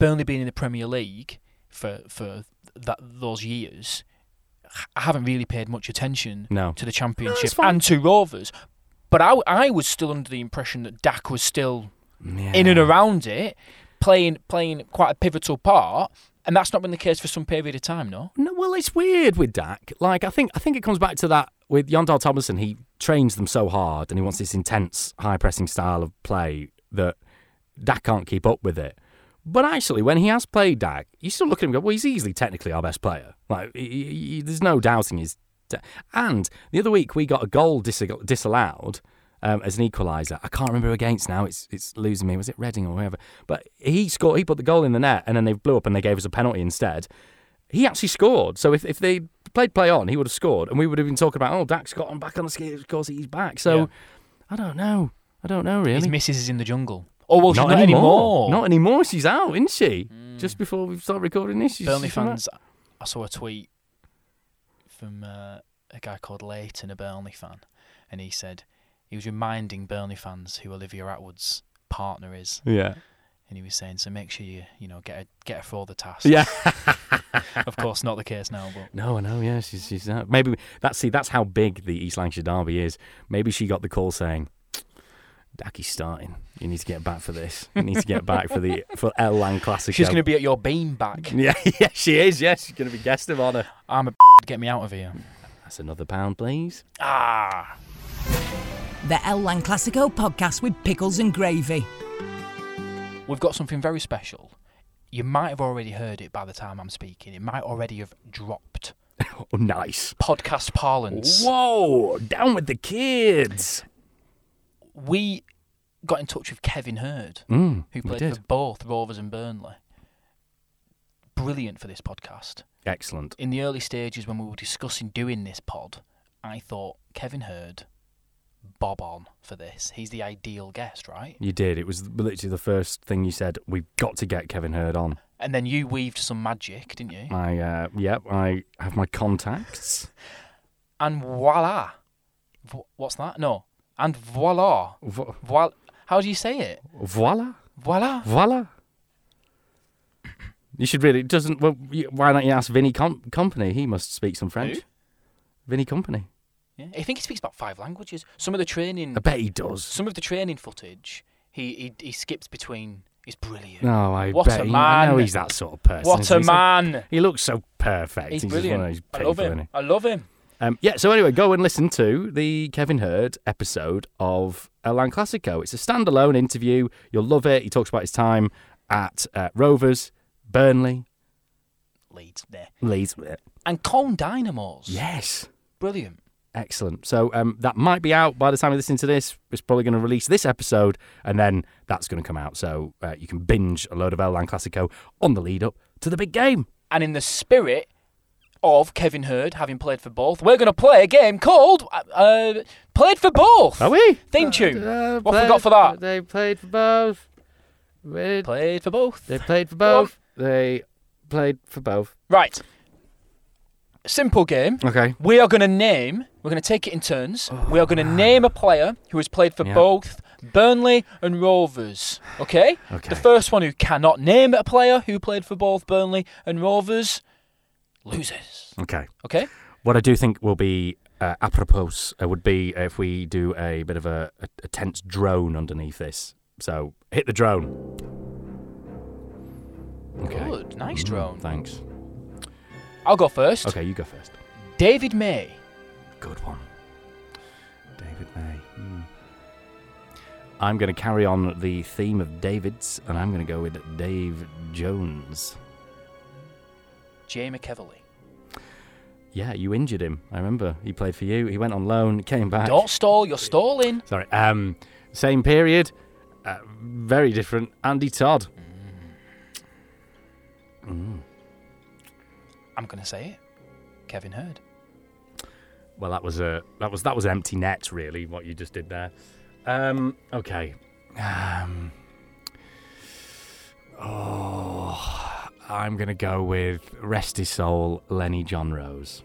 S1: Burnley being in the Premier League for for that those years, I haven't really paid much attention
S2: No.
S1: to the Championship
S2: fine.
S1: and to Rovers. But I, I was still under the impression that Dak was still
S2: Yeah.
S1: in and around it, playing playing quite a pivotal part, and that's not been the case for some period of time, no.
S2: No, well, it's weird with Dak. Like, I think I think it comes back to that with Yondal Thomason. He trains them so hard, and he wants this intense, high pressing style of play that Dak can't keep up with it. But actually, when he has played Dak, you still look at him and go, well, he's easily technically our best player. Like, he, he- he- there's no doubting his. te- and the other week, we got a goal disag- disallowed um, as an equaliser. I can't remember who against now. It's it's losing me. Was it Reading or whoever? But he scored. He put the goal in the net, and then they blew up and they gave us a penalty instead. He actually scored. So if, if they played play on, he would have scored, and we would have been talking about, oh, Dak's got on back on the skate. Of course, he's back. So
S1: Yeah.
S2: I don't know. I don't know really.
S1: His missus is in the jungle. Oh well, she's not anymore.
S2: Not anymore. She's out, isn't she? Just before we start recording this, she's
S1: Burnley
S2: she's been
S1: fans, I saw a tweet from uh, a guy called Leighton, a Burnley fan, and he said he was reminding Burnley fans who Olivia Atwood's partner is,
S2: out. Yeah.
S1: and he was saying, so make sure you you know get her, get her for the task.
S2: Yeah.
S1: of course, not the case now, but
S2: No, I know. Yeah, she's she's out. Maybe that's see that's how big the East Lancashire derby is. Maybe she got the call saying. Daki's starting. You need to get back for this. You need to get back for the for El Lang Classic.
S1: she's going to be at your beam back.
S2: Yeah, yeah, she is. Yeah, she's going to be guest of honour.
S1: I'm a get me out of here.
S2: That's another pound, please.
S1: Ah.
S3: The El Lang Classico podcast with pickles and gravy.
S1: We've got something very special. You might have already heard it by the time I'm speaking. It might already have dropped.
S2: Oh, nice.
S1: Podcast parlance.
S2: Whoa! Down with the kids.
S1: We got in touch with Kevin Hurd,
S2: Mm,
S1: who
S2: we
S1: played
S2: did.
S1: for both Rovers and Burnley. Brilliant for this podcast.
S2: Excellent.
S1: In the early stages when we were discussing doing this pod, I thought Kevin Hurd, bob on for this. He's the ideal guest, right?
S2: You did. It was literally the first thing you said. We've got to get Kevin Hurd on.
S1: And then you weaved some magic, didn't you?
S2: I uh, yep. I have my contacts.
S1: And voila. V- what's that? No. And voila.
S2: Vo-
S1: Voila. How do you say it?
S2: voila,
S1: Voila.
S2: voila. You should really it doesn't. Well, you, why don't you ask Vinny Com- Company? He must speak some French.
S1: Who?
S2: Vinny Company.
S1: Yeah. I think he speaks about five languages. Some of the training
S2: I bet he does.
S1: some of the training footage he he, he skips between is brilliant.
S2: No, I
S1: What
S2: bet.
S1: a
S2: he, I know
S1: man.
S2: he's that sort of person.
S1: what
S2: isn't
S1: a
S2: he? He's like-
S1: man.
S2: he looks so perfect.
S1: He's
S2: just one of
S1: brilliant.
S2: those
S1: I love
S2: people, isn't
S1: him.
S2: he?
S1: I love him.
S2: Um, yeah, so anyway, go and listen to the Kevin Hurd episode of Elan Classico. It's a standalone interview. You'll love it. He talks about his time at uh, Rovers, Burnley,
S1: Leeds there.
S2: Leeds.
S1: And Colm Dynamos.
S2: Yes.
S1: Brilliant.
S2: Excellent. So um, that might be out by the time you listen to this. It's probably going to release this episode, and then that's going to come out. So uh, you can binge a load of Elan Classico on the lead up to the big game.
S1: And in the spirit of Kevin Hurd having played for both, we're going to play a game called uh, uh, Played for Both.
S2: Are we?
S1: Theme tune. what have we got for that?
S2: They played for both.
S1: Played for both.
S2: They played for
S1: Go on.
S2: both. They played for both.
S1: Right. Simple game.
S2: Okay.
S1: We are going to name, we're going to take it in turns. we are going to name a player who has played for
S2: Oh, Yeah.
S1: both Burnley and Rovers. Okay?
S2: Okay.
S1: The first one who cannot name a player who played for both Burnley and Rovers loses.
S2: Okay.
S1: Okay?
S2: What I do think will be uh, apropos uh, would be if we do a bit of a, a, a tense drone underneath this. So hit the drone. Okay. Mm,
S1: Good. Nice drone.
S2: Thanks.
S1: I'll go first.
S2: Okay, you go first.
S1: David May.
S2: Good one. David May. Hmm. I'm going to carry on the theme of David's, and I'm going to go with Dave Jones.
S1: Jay McEverly.
S2: Yeah, you injured him. I remember. He played for you. He went on loan, came back.
S1: Don't stall, you're stalling.
S2: Sorry. Um, same period, uh, very different. Andy Todd.
S1: I'm going to say it. Kevin Hurd.
S2: Well, that was a that was that was empty net, really. What you just did there. Um, okay. Um, oh, I'm gonna go with rest his soul, Lenny John Rose.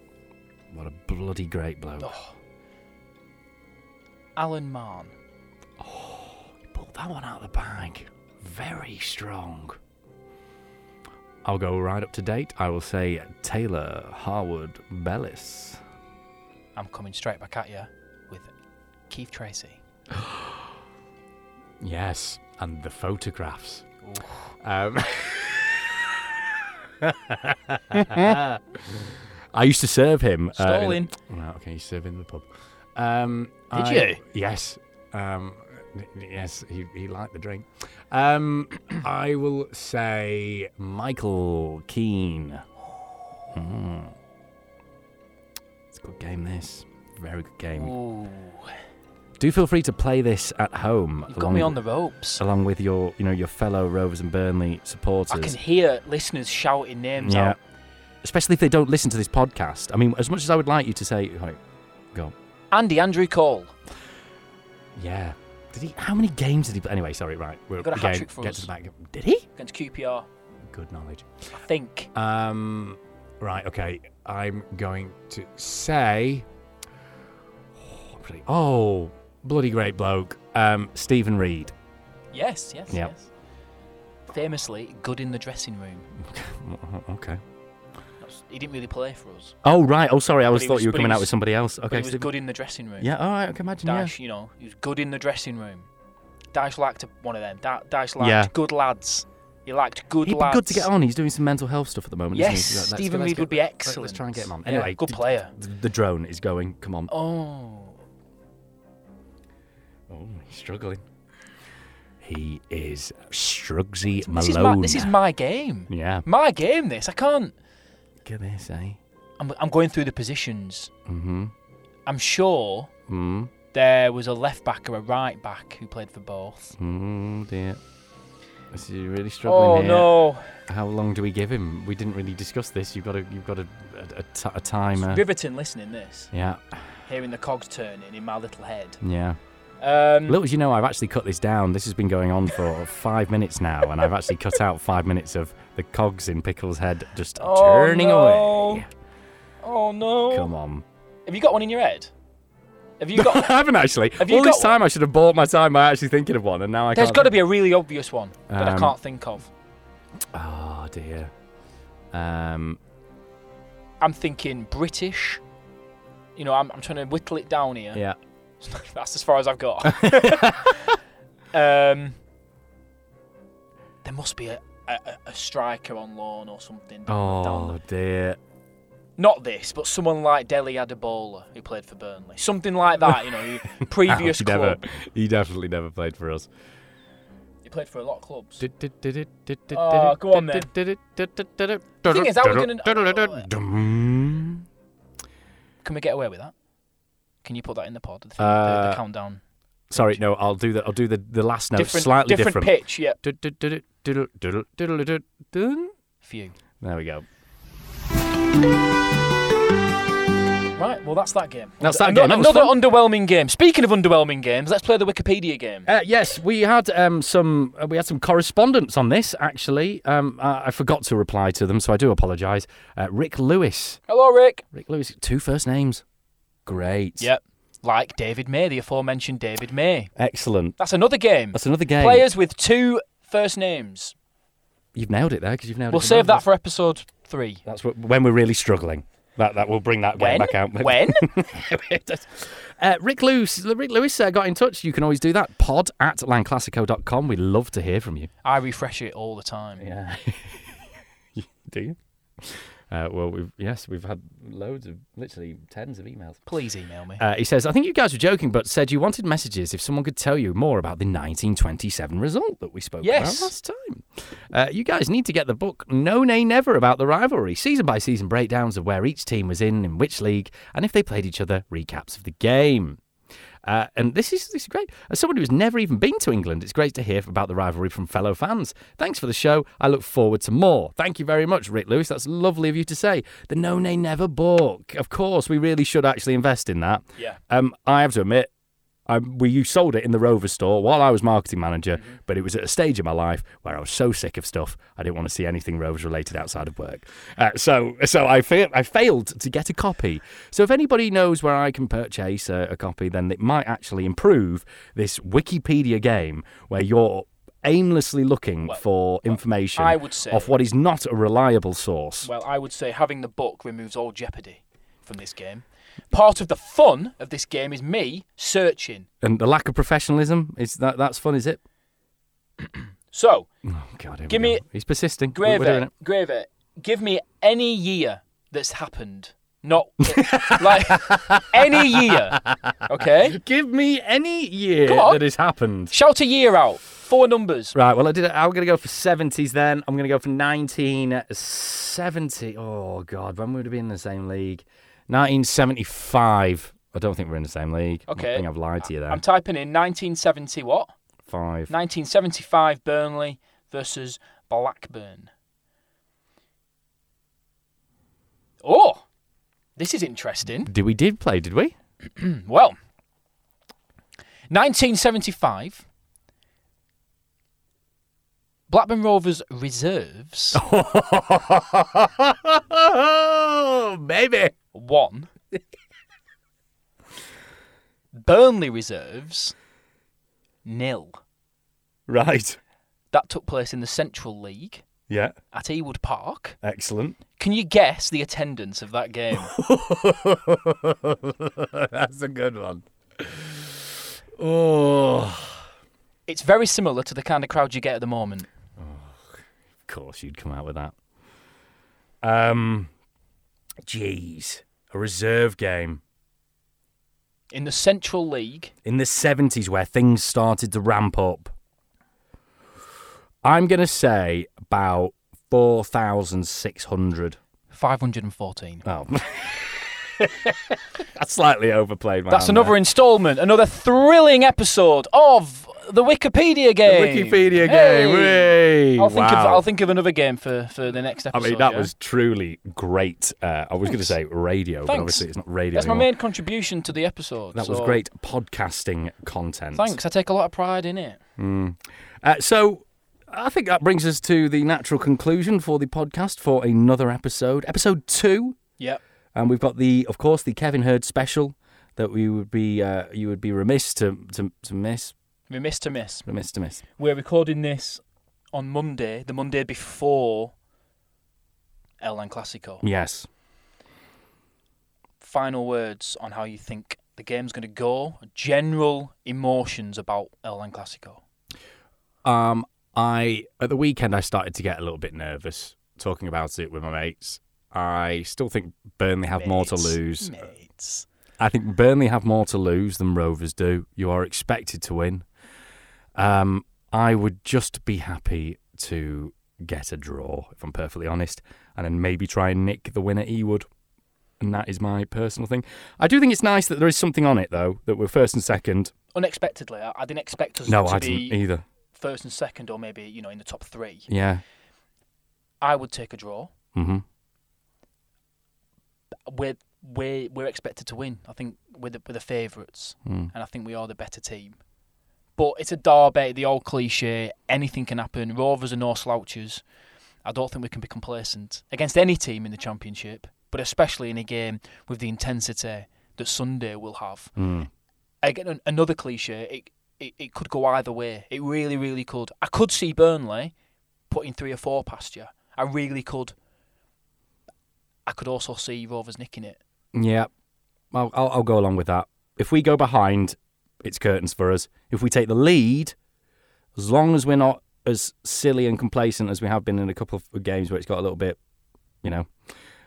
S2: What a bloody great bloke!
S1: Oh. Alan Marn.
S2: Pulled that one out of the bag. Very strong. I'll go right up to date. I will say Taylor Harwood Bellis.
S1: I'm coming straight back at you with Keith Tracy.
S2: Uh, Yes, and the photographs. Um, I used to serve him. uh, in-
S1: Stalling.
S2: Right, okay, you serve in the pub. Um,
S1: Did
S2: I-
S1: you?
S2: Yes. Um, n- n- yes, he, he liked the drink. Um, I will say Michael Keane. Hmm. It's a good game, this. Very good game.
S1: Ooh.
S2: Do feel free to play this at home.
S1: You've got me on the ropes.
S2: along with your, you know, your fellow Rovers and Burnley
S1: I can
S2: supporters.
S1: hear listeners shouting names
S2: yeah.
S1: out.
S2: Especially if they don't listen to this podcast. I mean, as much as I would like you to say, like, go.
S1: Andy Andrew Cole.
S2: Yeah. Did he? How many games did he? play? Anyway, sorry. Right. We're,
S1: got a
S2: again,
S1: hat-trick for
S2: get
S1: us.
S2: to the back. Did he?
S1: against QPR,
S2: Good knowledge.
S1: I think.
S2: Um. Right. Okay. I'm going to say. Oh, bloody, oh, bloody great bloke. Um, Stephen Reed.
S1: Yes, yes,
S2: Yeah.
S1: yes. Famously, good in the dressing room.
S2: okay.
S1: That's- He didn't really play for us.
S2: Oh right. Oh sorry. I always
S1: he
S2: thought
S1: was-
S2: you were
S1: but he
S2: coming out
S1: was-
S2: with somebody else.
S1: but
S2: Okay.
S1: he was
S2: Stephen-
S1: good in the dressing room.
S2: Yeah, all right, I can imagine. yeah.
S1: Daesh, you know, he was good in the dressing room. Daesh liked one of them. Da- Daesh liked
S2: Yeah.
S1: good lads. He liked good
S2: He'd be
S1: lads.
S2: good to get on. He's doing some mental health stuff at the moment.
S1: Yes,
S2: isn't he? Let's
S1: Stephen
S2: let's
S1: Reed would be
S2: let's-
S1: excellent.
S2: Let's try and get him on.
S1: Yeah,
S2: Anyway,
S1: good
S2: d-
S1: player.
S2: d- The drone is going. Come on.
S1: Oh.
S2: Oh, he's struggling. He is Strugsy Malone.
S1: This is, my, this is my game.
S2: yeah.
S1: My game, this. I can't.
S2: Get this, eh?
S1: I'm, I'm going through the positions.
S2: Mm-hmm.
S1: I'm sure
S2: Mm.
S1: There was a left back or a right back who played for both.
S2: Oh dear. This is really struggling
S1: Oh
S2: here.
S1: no!
S2: How long do we give him? We didn't really discuss this. You've got a you've got a a, a, t- a timer.
S1: It's riveting listening this,
S2: Yeah,
S1: hearing the cogs turning in my little head.
S2: yeah.
S1: Um,
S2: Little as you know, I've actually cut this down. This has been going on for five minutes now, and I've actually cut out five minutes of the cogs in Pickle's head just
S1: Oh,
S2: turning
S1: no.
S2: away.
S1: oh no!
S2: Come on.
S1: Have you got one in your head? Have you got?
S2: I haven't actually.
S1: Have you
S2: All this
S1: got-
S2: time, I should have bought my time by actually thinking of one, and now I
S1: There's
S2: can't.
S1: got to be a really obvious one that I
S2: Um,
S1: can't think of.
S2: Oh dear. Um.
S1: I'm thinking British. You know, I'm, I'm trying to whittle it down here.
S2: Yeah.
S1: That's as far as I've got. um, there must be a, a, a- a striker on loan or something. down- down
S2: Oh
S1: the-
S2: dear.
S1: Not this, but someone like Deli Adebola who played for Burnley. Something like that, you know, who- previous
S2: Ouch,
S1: club.
S2: Never. He definitely never played for us.
S1: He played for a lot of clubs.
S2: Did- did- did it- did- did-
S1: Oh,
S2: did it-
S1: go on
S2: did-
S1: then.
S2: did it- did- did- did it-
S1: The thing is, I was gonna-
S2: Dum.
S1: Can we get away with that? Can you put that in the pod? The, thing- the- the,
S2: Uh,
S1: countdown.
S2: Sorry, no. I'll do the. I'll do the, the last note
S1: different,
S2: slightly
S1: different,
S2: different.
S1: pitch, yeah.
S2: Du- du- du- du- du- du- du- du- du- du-
S1: Few.
S2: There we go.
S1: Right, well, that's that game.
S2: That's that
S1: Ano-
S2: game. That was
S1: Another
S2: fun.
S1: underwhelming game. Speaking of underwhelming games, let's play the Wikipedia game.
S2: Uh, yes, we had um, some uh, we had some correspondence on this actually. Um, I, I forgot to reply to them, so I do apologise. Uh, Rick Lewis,
S1: Hello, Rick.
S2: Rick Lewis, two first names. Great.
S1: Yep. Like David May, the aforementioned David May.
S2: Excellent.
S1: That's another game.
S2: That's another game.
S1: Players with two first names.
S2: You've nailed it there because you've nailed
S1: We'll
S2: it.
S1: save that for episode three.
S2: That's what, when we're really struggling. That that will bring that
S1: When?
S2: game back out.
S1: When?
S2: uh, Rick Lewis, Rick Lewis uh, got in touch. You can always do that. Pod at landclassico.com. We'd love to hear from you.
S1: I refresh it all the time.
S2: Yeah. do you? Uh, well, we've yes, we've had loads of literally tens of emails.
S1: Please email me.
S2: Uh, he says, I think you guys were joking, but said you wanted messages if someone could tell you more about the 1927 result that we spoke
S1: Yes.
S2: about last time. Uh, you guys need to get the book No Nay Never about the rivalry, season by season breakdowns of where each team was in, in which league, and if they played each other, recaps of the game. Uh, and this is this is great. As someone who's never even been to England, it's great to hear about the rivalry from fellow fans. Thanks for the show. I look forward to more. Thank you very much, Rick Lewis. That's lovely of you to say. The No Nay Never book. Of course, we really should actually invest in that.
S1: Yeah.
S2: Um, I have to admit, I, we you sold it in the Rover store while I was marketing manager,
S1: Mm-hmm.
S2: but it was at a stage in my life where I was so sick of stuff I didn't want to see anything Rovers related outside of work. Uh, so so I fa- I failed to get a copy. So if anybody knows where I can purchase a, a copy, then it might actually improve this Wikipedia game where you're aimlessly looking for information
S1: I would say-
S2: of what is not a reliable source.
S1: Well, I would say having the book removes all jeopardy from this game. Part of the fun of this game is me searching.
S2: and the lack of professionalism is that that's fun, is it?
S1: So,
S2: Oh God! here we
S1: Give
S2: go.
S1: me-
S2: He's persisting. We're- we're doing
S1: Grave,
S2: it.
S1: Grave, give me any year that's happened. Not like any year. Okay?
S2: Give me any year
S1: Go on.
S2: that has happened.
S1: Shout a year out. Four numbers.
S2: Right. Well, I did. it. I'm gonna go for seventies. Then I'm gonna go for nineteen seventy. Oh God! When would we be in the same league? Nineteen seventy-five. I don't think we're in the same league.
S1: Okay.
S2: I think I've lied to you there.
S1: I'm typing in 1970 what?
S2: Five.
S1: 1975 Burnley versus Blackburn. Oh, this is interesting.
S2: Did we did play? Did we?
S1: Well, 1975. Blackburn Rovers reserves
S2: Oh. Maybe.
S1: won. Burnley reserves nil.
S2: Right.
S1: That took place in the Central League
S2: Yeah.
S1: at Ewood Park.
S2: Excellent.
S1: Can you guess the attendance of that game?
S2: That's a good one. Oh.
S1: it's very similar to the kind of crowd you get at the moment.
S2: course you'd come out with that. Um, jeez, a reserve game
S1: In the Central League,
S2: in the seventies where things started to ramp up. I'm gonna say about four thousand six hundred.
S1: 514.
S2: Oh. I slightly overplayed my
S1: That's
S2: hand
S1: another
S2: there.
S1: instalment, another thrilling episode of the Wikipedia
S2: The
S1: game.
S2: Wikipedia
S1: Hey!
S2: game. Hey!
S1: I'll think of
S2: Wow.
S1: I'll think of another game for, for the next
S2: I
S1: episode.
S2: mean, that
S1: yeah?
S2: was truly great. Uh, I was going to
S1: Thanks.
S2: say radio, but
S1: Thanks.
S2: obviously it's not radio.
S1: that's my
S2: anymore.
S1: main contribution to the episode.
S2: That was
S1: so
S2: great podcasting content.
S1: Thanks, I take a lot of pride in it.
S2: Uh, so I think that brings us to the natural conclusion for the podcast for another episode, episode two,
S1: Yep.
S2: and we've got the, of course, the Kevin Heard special that we would be, uh, you would be remiss to, to to miss,
S1: We missed to miss.
S2: remiss to miss.
S1: We're recording this on Monday, the Monday before El Clasico.
S2: Yes,
S1: Final words on how you think the game's going to go. General emotions about El Clasico.
S2: Um, I at the weekend I started to get a little bit nervous talking about it with my mates. I still think Burnley have more to
S1: Mates,
S2: lose.
S1: Mates.
S2: I think Burnley have more to lose than Rovers do. You are expected to win. Um, I would just be happy to get a draw, if I'm perfectly honest, and then maybe try and nick the winner Ewood. And that is my personal thing. I do think it's nice that there is something on it, though, that we're first and second.
S1: Unexpectedly, I, I didn't expect us
S2: No,
S1: to
S2: I
S1: be
S2: didn't e- either.
S1: first and second, or maybe you know in the top three.
S2: Yeah.
S1: I would take a draw.
S2: Mm-hmm.
S1: We're we're, we're expected to win. I think we're the, we're the favourites,
S2: Mm.
S1: and I think we are the better team. But it's a derby, the old cliche. Anything can happen. Rovers are no slouches. I don't think we can be complacent against any team in the championship, but especially in a game with the intensity that Sunday will have.
S2: Mm.
S1: again an- another cliche it, it it could go either way it really really could i could see burnley putting three or four past you i really could i could also see rovers nicking it
S2: Yeah, I'll, I'll, I'll go along with that. If we go behind, it's curtains for us. If we take the lead, as long as we're not as silly and complacent as we have been in a couple of games where it's got a little bit, you know,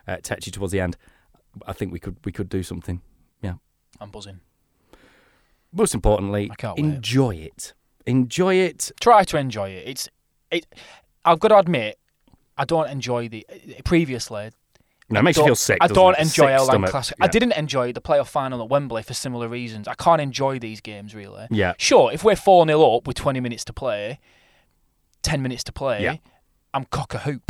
S2: uh, tetchy towards the end, I think we could we could do something.
S1: i'm buzzing
S2: Most importantly,
S1: I can't wait.
S2: enjoy it. Enjoy it.
S1: try to enjoy it it's it i've got to admit i don't enjoy the previously
S2: No, it makes you
S1: don't-
S2: feel sick.
S1: I
S2: doesn't
S1: don't
S2: it?
S1: enjoy
S2: Sick
S1: Airline
S2: stomach.
S1: Classic.
S2: Yeah.
S1: I didn't enjoy the playoff final at Wembley for similar reasons. I can't enjoy these games really.
S2: Yeah.
S1: Sure, if we're four 0 up with twenty minutes to play, ten minutes to play,
S2: Yeah.
S1: I'm cock a hoop.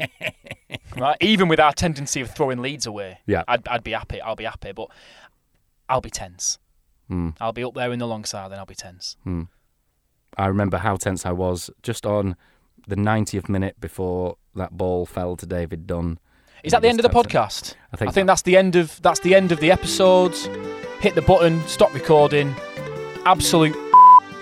S1: right. Even with our tendency of throwing leads away,
S2: Yeah.
S1: I'd, I'd be happy. I'll be happy, but I'll be tense.
S2: Hmm.
S1: I'll be up there in the long side, and I'll be tense.
S2: I remember how tense I was just on the 90th minute before that ball fell to David Dunn.
S1: Is that the end of the
S2: Just tense.
S1: podcast?
S2: I think
S1: I think that's the end of that's the end of the episodes. Hit the button. Stop recording. Absolute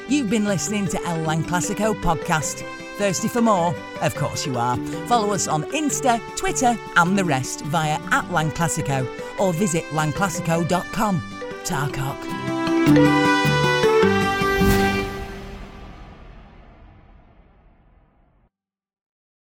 S3: You've been listening to El Lang Classico podcast. Thirsty for more? Of course you are. Follow us on Insta, Twitter, and the rest via at Lang Classico or visit langclassico.com. Tarkok.